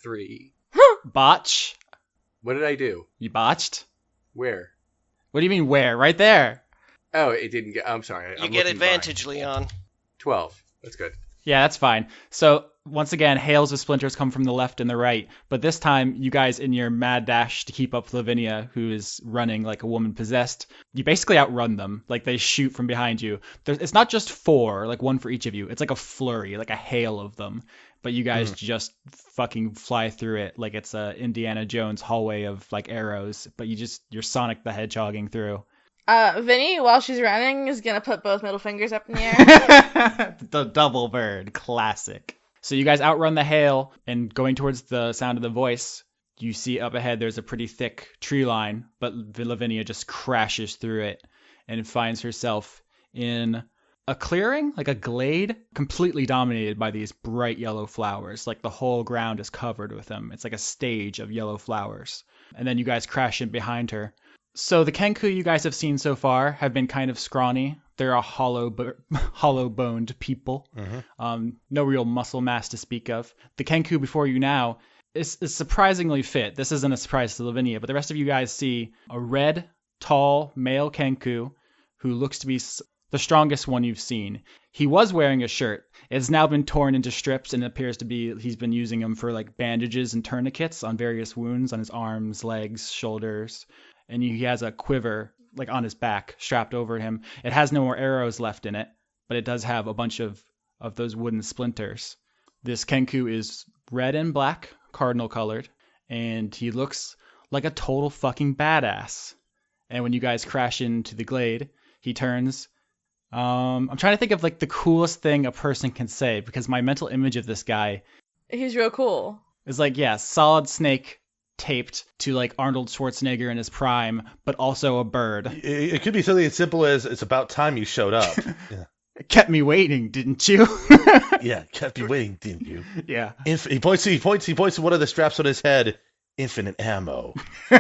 [SPEAKER 4] Three.
[SPEAKER 2] Botch.
[SPEAKER 4] What did I do?
[SPEAKER 2] You botched.
[SPEAKER 4] Where?
[SPEAKER 2] What do you mean where? Right there.
[SPEAKER 4] Oh, it didn't get. I'm sorry.
[SPEAKER 5] You
[SPEAKER 4] I'm
[SPEAKER 5] get
[SPEAKER 4] looking blind.
[SPEAKER 5] advantage, Leon.
[SPEAKER 4] Twelve. That's good.
[SPEAKER 2] Yeah, that's fine. So Once again, hails of splinters come from the left and the right, but this time, you guys, in your mad dash to keep up Lavinia, who is running like a woman possessed, you basically outrun them. Like they shoot from behind you. There's, it's not just four, like one for each of you. It's like a flurry, like a hail of them. But you guys just fucking fly through it like it's a Indiana Jones hallway of like arrows. But you just you're Sonic the Hedgehogging through.
[SPEAKER 3] Uh, Vinny, while she's running, is gonna put both middle fingers up in the air.
[SPEAKER 2] the double bird classic. So you guys outrun the hail and going towards the sound of the voice, you see up ahead there's a pretty thick tree line, but Lavinia just crashes through it and finds herself in a clearing, like a glade, completely dominated by these bright yellow flowers. Like the whole ground is covered with them. It's like a stage of yellow flowers. And then you guys crash in behind her. So the Kenku you guys have seen so far have been kind of scrawny. They're a hollow, bo- hollow-boned people.
[SPEAKER 6] Mm-hmm.
[SPEAKER 2] Um, no real muscle mass to speak of. The Kenku before you now is, is surprisingly fit. This isn't a surprise to Lavinia, but the rest of you guys see a red, tall male Kenku who looks to be s- the strongest one you've seen. He was wearing a shirt. It's now been torn into strips and appears to be he's been using them for like bandages and tourniquets on various wounds on his arms, legs, shoulders, and he has a quiver like on his back strapped over him. It has no more arrows left in it, but it does have a bunch of of those wooden splinters. This Kenku is red and black, cardinal colored, and he looks like a total fucking badass. And when you guys crash into the glade, he turns. Um, I'm trying to think of like the coolest thing a person can say because my mental image of this guy
[SPEAKER 3] He's real cool.
[SPEAKER 2] is like, yeah, solid snake taped to like Arnold Schwarzenegger in his prime, but also a bird.
[SPEAKER 6] It, it could be something as simple as "It's about time you showed up." yeah.
[SPEAKER 2] It kept me waiting, didn't you?
[SPEAKER 6] yeah, kept you waiting, didn't you?
[SPEAKER 2] yeah.
[SPEAKER 6] Inf- he points. He points. He points to one of the straps on his head. Infinite ammo.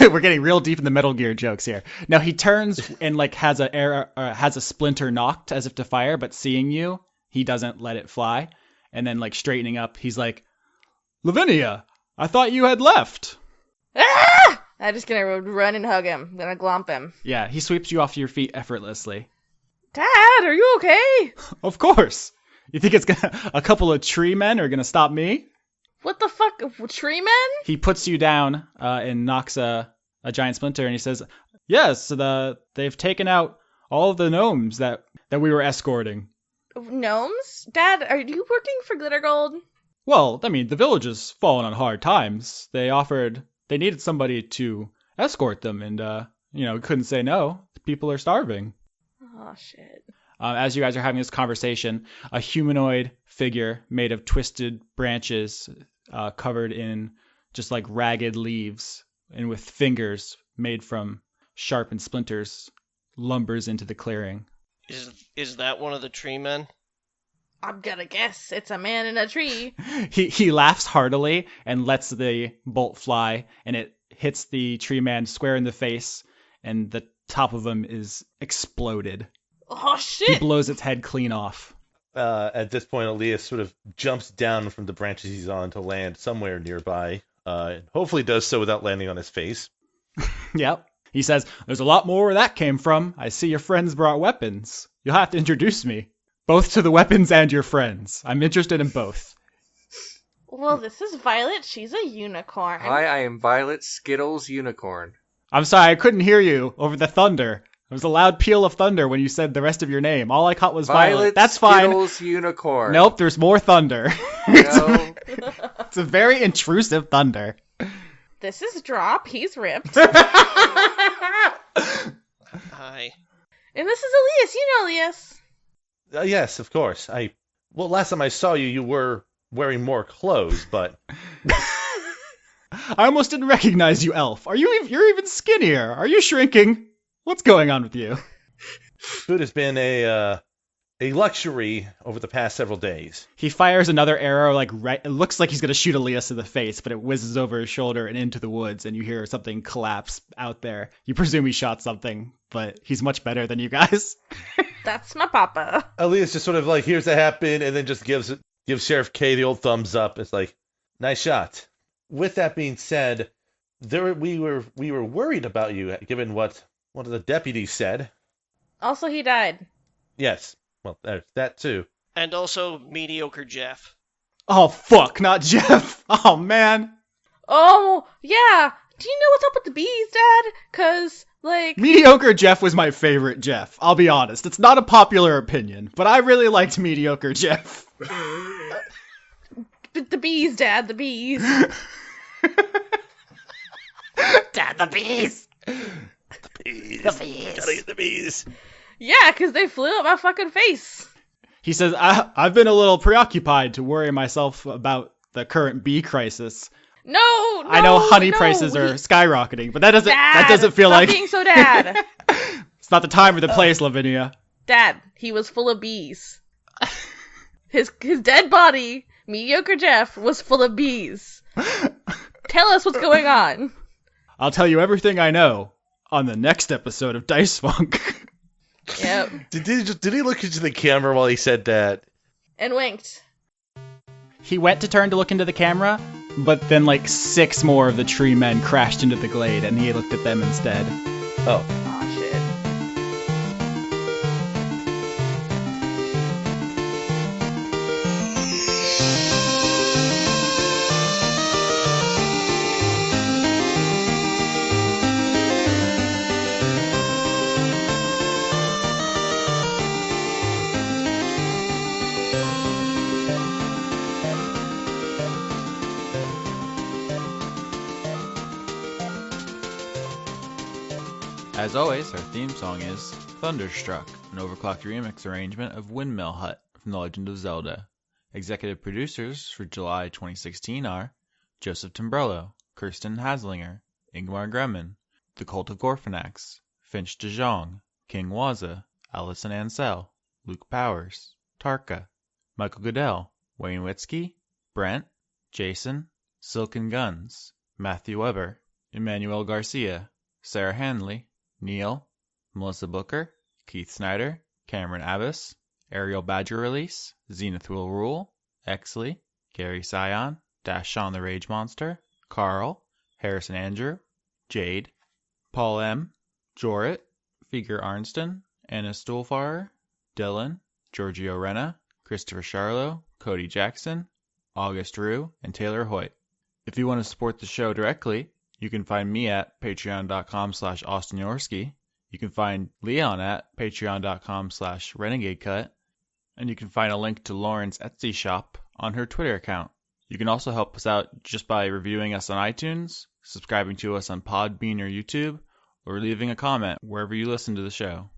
[SPEAKER 2] We're getting real deep in the Metal Gear jokes here. Now he turns and like has a air, uh, has a splinter knocked as if to fire, but seeing you, he doesn't let it fly. And then like straightening up, he's like, "Lavinia, I thought you had left."
[SPEAKER 3] Ah! I'm just gonna run and hug him. I'm gonna glomp him.
[SPEAKER 2] Yeah, he sweeps you off your feet effortlessly.
[SPEAKER 3] Dad, are you okay?
[SPEAKER 2] Of course. You think it's gonna a couple of tree men are gonna stop me?
[SPEAKER 3] What the fuck, tree men?
[SPEAKER 2] He puts you down uh, and knocks a, a giant splinter, and he says, "Yes, the they've taken out all of the gnomes that that we were escorting."
[SPEAKER 3] Gnomes? Dad, are you working for Glitter Gold?
[SPEAKER 2] Well, I mean, the village has fallen on hard times. They offered, they needed somebody to escort them, and, uh, you know, couldn't say no. People are starving.
[SPEAKER 3] Oh shit.
[SPEAKER 2] Uh, as you guys are having this conversation, a humanoid figure made of twisted branches, uh, covered in just like ragged leaves, and with fingers made from sharpened splinters, lumbers into the clearing.
[SPEAKER 5] Is is that one of the tree men?
[SPEAKER 3] I'm gonna guess it's a man in a tree.
[SPEAKER 2] he he laughs heartily and lets the bolt fly and it hits the tree man square in the face and the top of him is exploded
[SPEAKER 3] Oh
[SPEAKER 2] he
[SPEAKER 3] shit.
[SPEAKER 2] blows its head clean off
[SPEAKER 6] Uh, at this point, Elias sort of jumps down from the branches he's on to land somewhere nearby. Uh, and hopefully, does so without landing on his face.
[SPEAKER 2] yep he says there's a lot more where that came from i see your friends brought weapons you'll have to introduce me both to the weapons and your friends i'm interested in both
[SPEAKER 3] Well, this is Violet. She's a unicorn.
[SPEAKER 4] Hi, I am Violet Skittles Unicorn.
[SPEAKER 2] i'm sorry i couldn't hear you over the thunder there was a loud peal of thunder when you said the rest of your name all i caught was violet, that's fine
[SPEAKER 4] Skittles Unicorn.
[SPEAKER 2] Nope, there's more thunder.
[SPEAKER 4] No.
[SPEAKER 2] it's a very intrusive thunder.
[SPEAKER 3] This is Drop. He's ripped.
[SPEAKER 5] Hi.
[SPEAKER 3] And this is Elias. You know Elias.
[SPEAKER 6] Uh, yes, of course. I well, last time I saw you, you were wearing more clothes, but
[SPEAKER 2] I almost didn't recognize you, Elf. Are you ev- you're even skinnier? Are you shrinking? What's going on with you?
[SPEAKER 6] food has been a uh, a luxury over the past several days.
[SPEAKER 2] He fires another arrow like right it looks like he's going to shoot Elias in the face, but it whizzes over his shoulder and into the woods and you hear something collapse out there. You presume he shot something, but he's much better than you guys.
[SPEAKER 3] That's my papa.
[SPEAKER 6] Elias just sort of like hears that happen, and then just gives it gives Sheriff K the old thumbs up. It's like, nice shot. With that being said, there we were we were worried about you, given what one of the deputies said.
[SPEAKER 3] Also, he died.
[SPEAKER 6] Yes, well, there's that too.
[SPEAKER 5] and also mediocre Jeff.
[SPEAKER 2] Oh fuck, not Jeff. Oh man,
[SPEAKER 3] Oh, yeah. Do you know what's up with the bees, Dad? Because, like,
[SPEAKER 2] mediocre Jeff was my favorite Jeff. I'll be honest, it's not a popular opinion, but I really liked mediocre Jeff.
[SPEAKER 3] b- the bees, Dad, the bees.
[SPEAKER 2] Dad, the bees.
[SPEAKER 6] The bees. Gotta get the bees.
[SPEAKER 3] Yeah, because they flew at my fucking face.
[SPEAKER 2] He says, I- I've been a little preoccupied to worry myself about the current bee crisis.
[SPEAKER 3] No, no
[SPEAKER 2] I know honey
[SPEAKER 3] no,
[SPEAKER 2] prices are
[SPEAKER 3] he-
[SPEAKER 2] skyrocketing, but that doesn't that
[SPEAKER 3] Dad,
[SPEAKER 2] doesn't feel
[SPEAKER 3] stop
[SPEAKER 2] like
[SPEAKER 3] being so dad.
[SPEAKER 2] it's not the time or the place, Lavinia.
[SPEAKER 3] dad, he was full of bees. His his dead body, mediocre Jeff, was full of bees. Tell us what's going on.
[SPEAKER 2] I'll tell you everything I know on the next episode of Dice Funk.
[SPEAKER 3] Yep,
[SPEAKER 6] Did, did, he just, did he look into the camera while he said that?
[SPEAKER 3] and winked.
[SPEAKER 2] he went to turn to look into the camera, but then like six more of the tree men crashed into the glade, and he looked at them instead.
[SPEAKER 6] Oh.
[SPEAKER 3] Aw, shit.
[SPEAKER 2] As always, our theme song is Thunderstruck, an overclocked remix arrangement of Windmill Hut from The Legend of Zelda. Executive producers for July 2016 are Joseph Timbrello, Kirsten Haslinger, Ingmar Gremmin, The Cult of Gorfanax, Finch de Jong, King Waza, Allison Ansell, Luke Powers, Tarka, Michael Goodell, Wayne Witzke, Brent, Jason, Silken Guns, Matthew Weber, Emmanuel Garcia, Sarah Hanley, Neil, Melissa Booker, Keith Snyder, Cameron Abbas, Ariel Badger Release, Zenith Will Rule, Exley, Gary Scion, Dash Sean the Rage Monster, Carl, Harrison Andrew, Jade, Paul M, Jorrit, Figure Arnston, Anna Stuhlfarer, Dylan, Giorgio Renna, Christopher Charlo, Cody Jackson, August Rue, and Taylor Hoyt. If you want to support the show directly, you can find me at patreon.com slash Austin Yorsky. You can find Leon at patreon.com slash renegade cut. And you can find a link to Lauren's Etsy shop on her Twitter account. You can also help us out just by reviewing us on iTunes, subscribing to us on Podbean or YouTube, or leaving a comment wherever you listen to the show.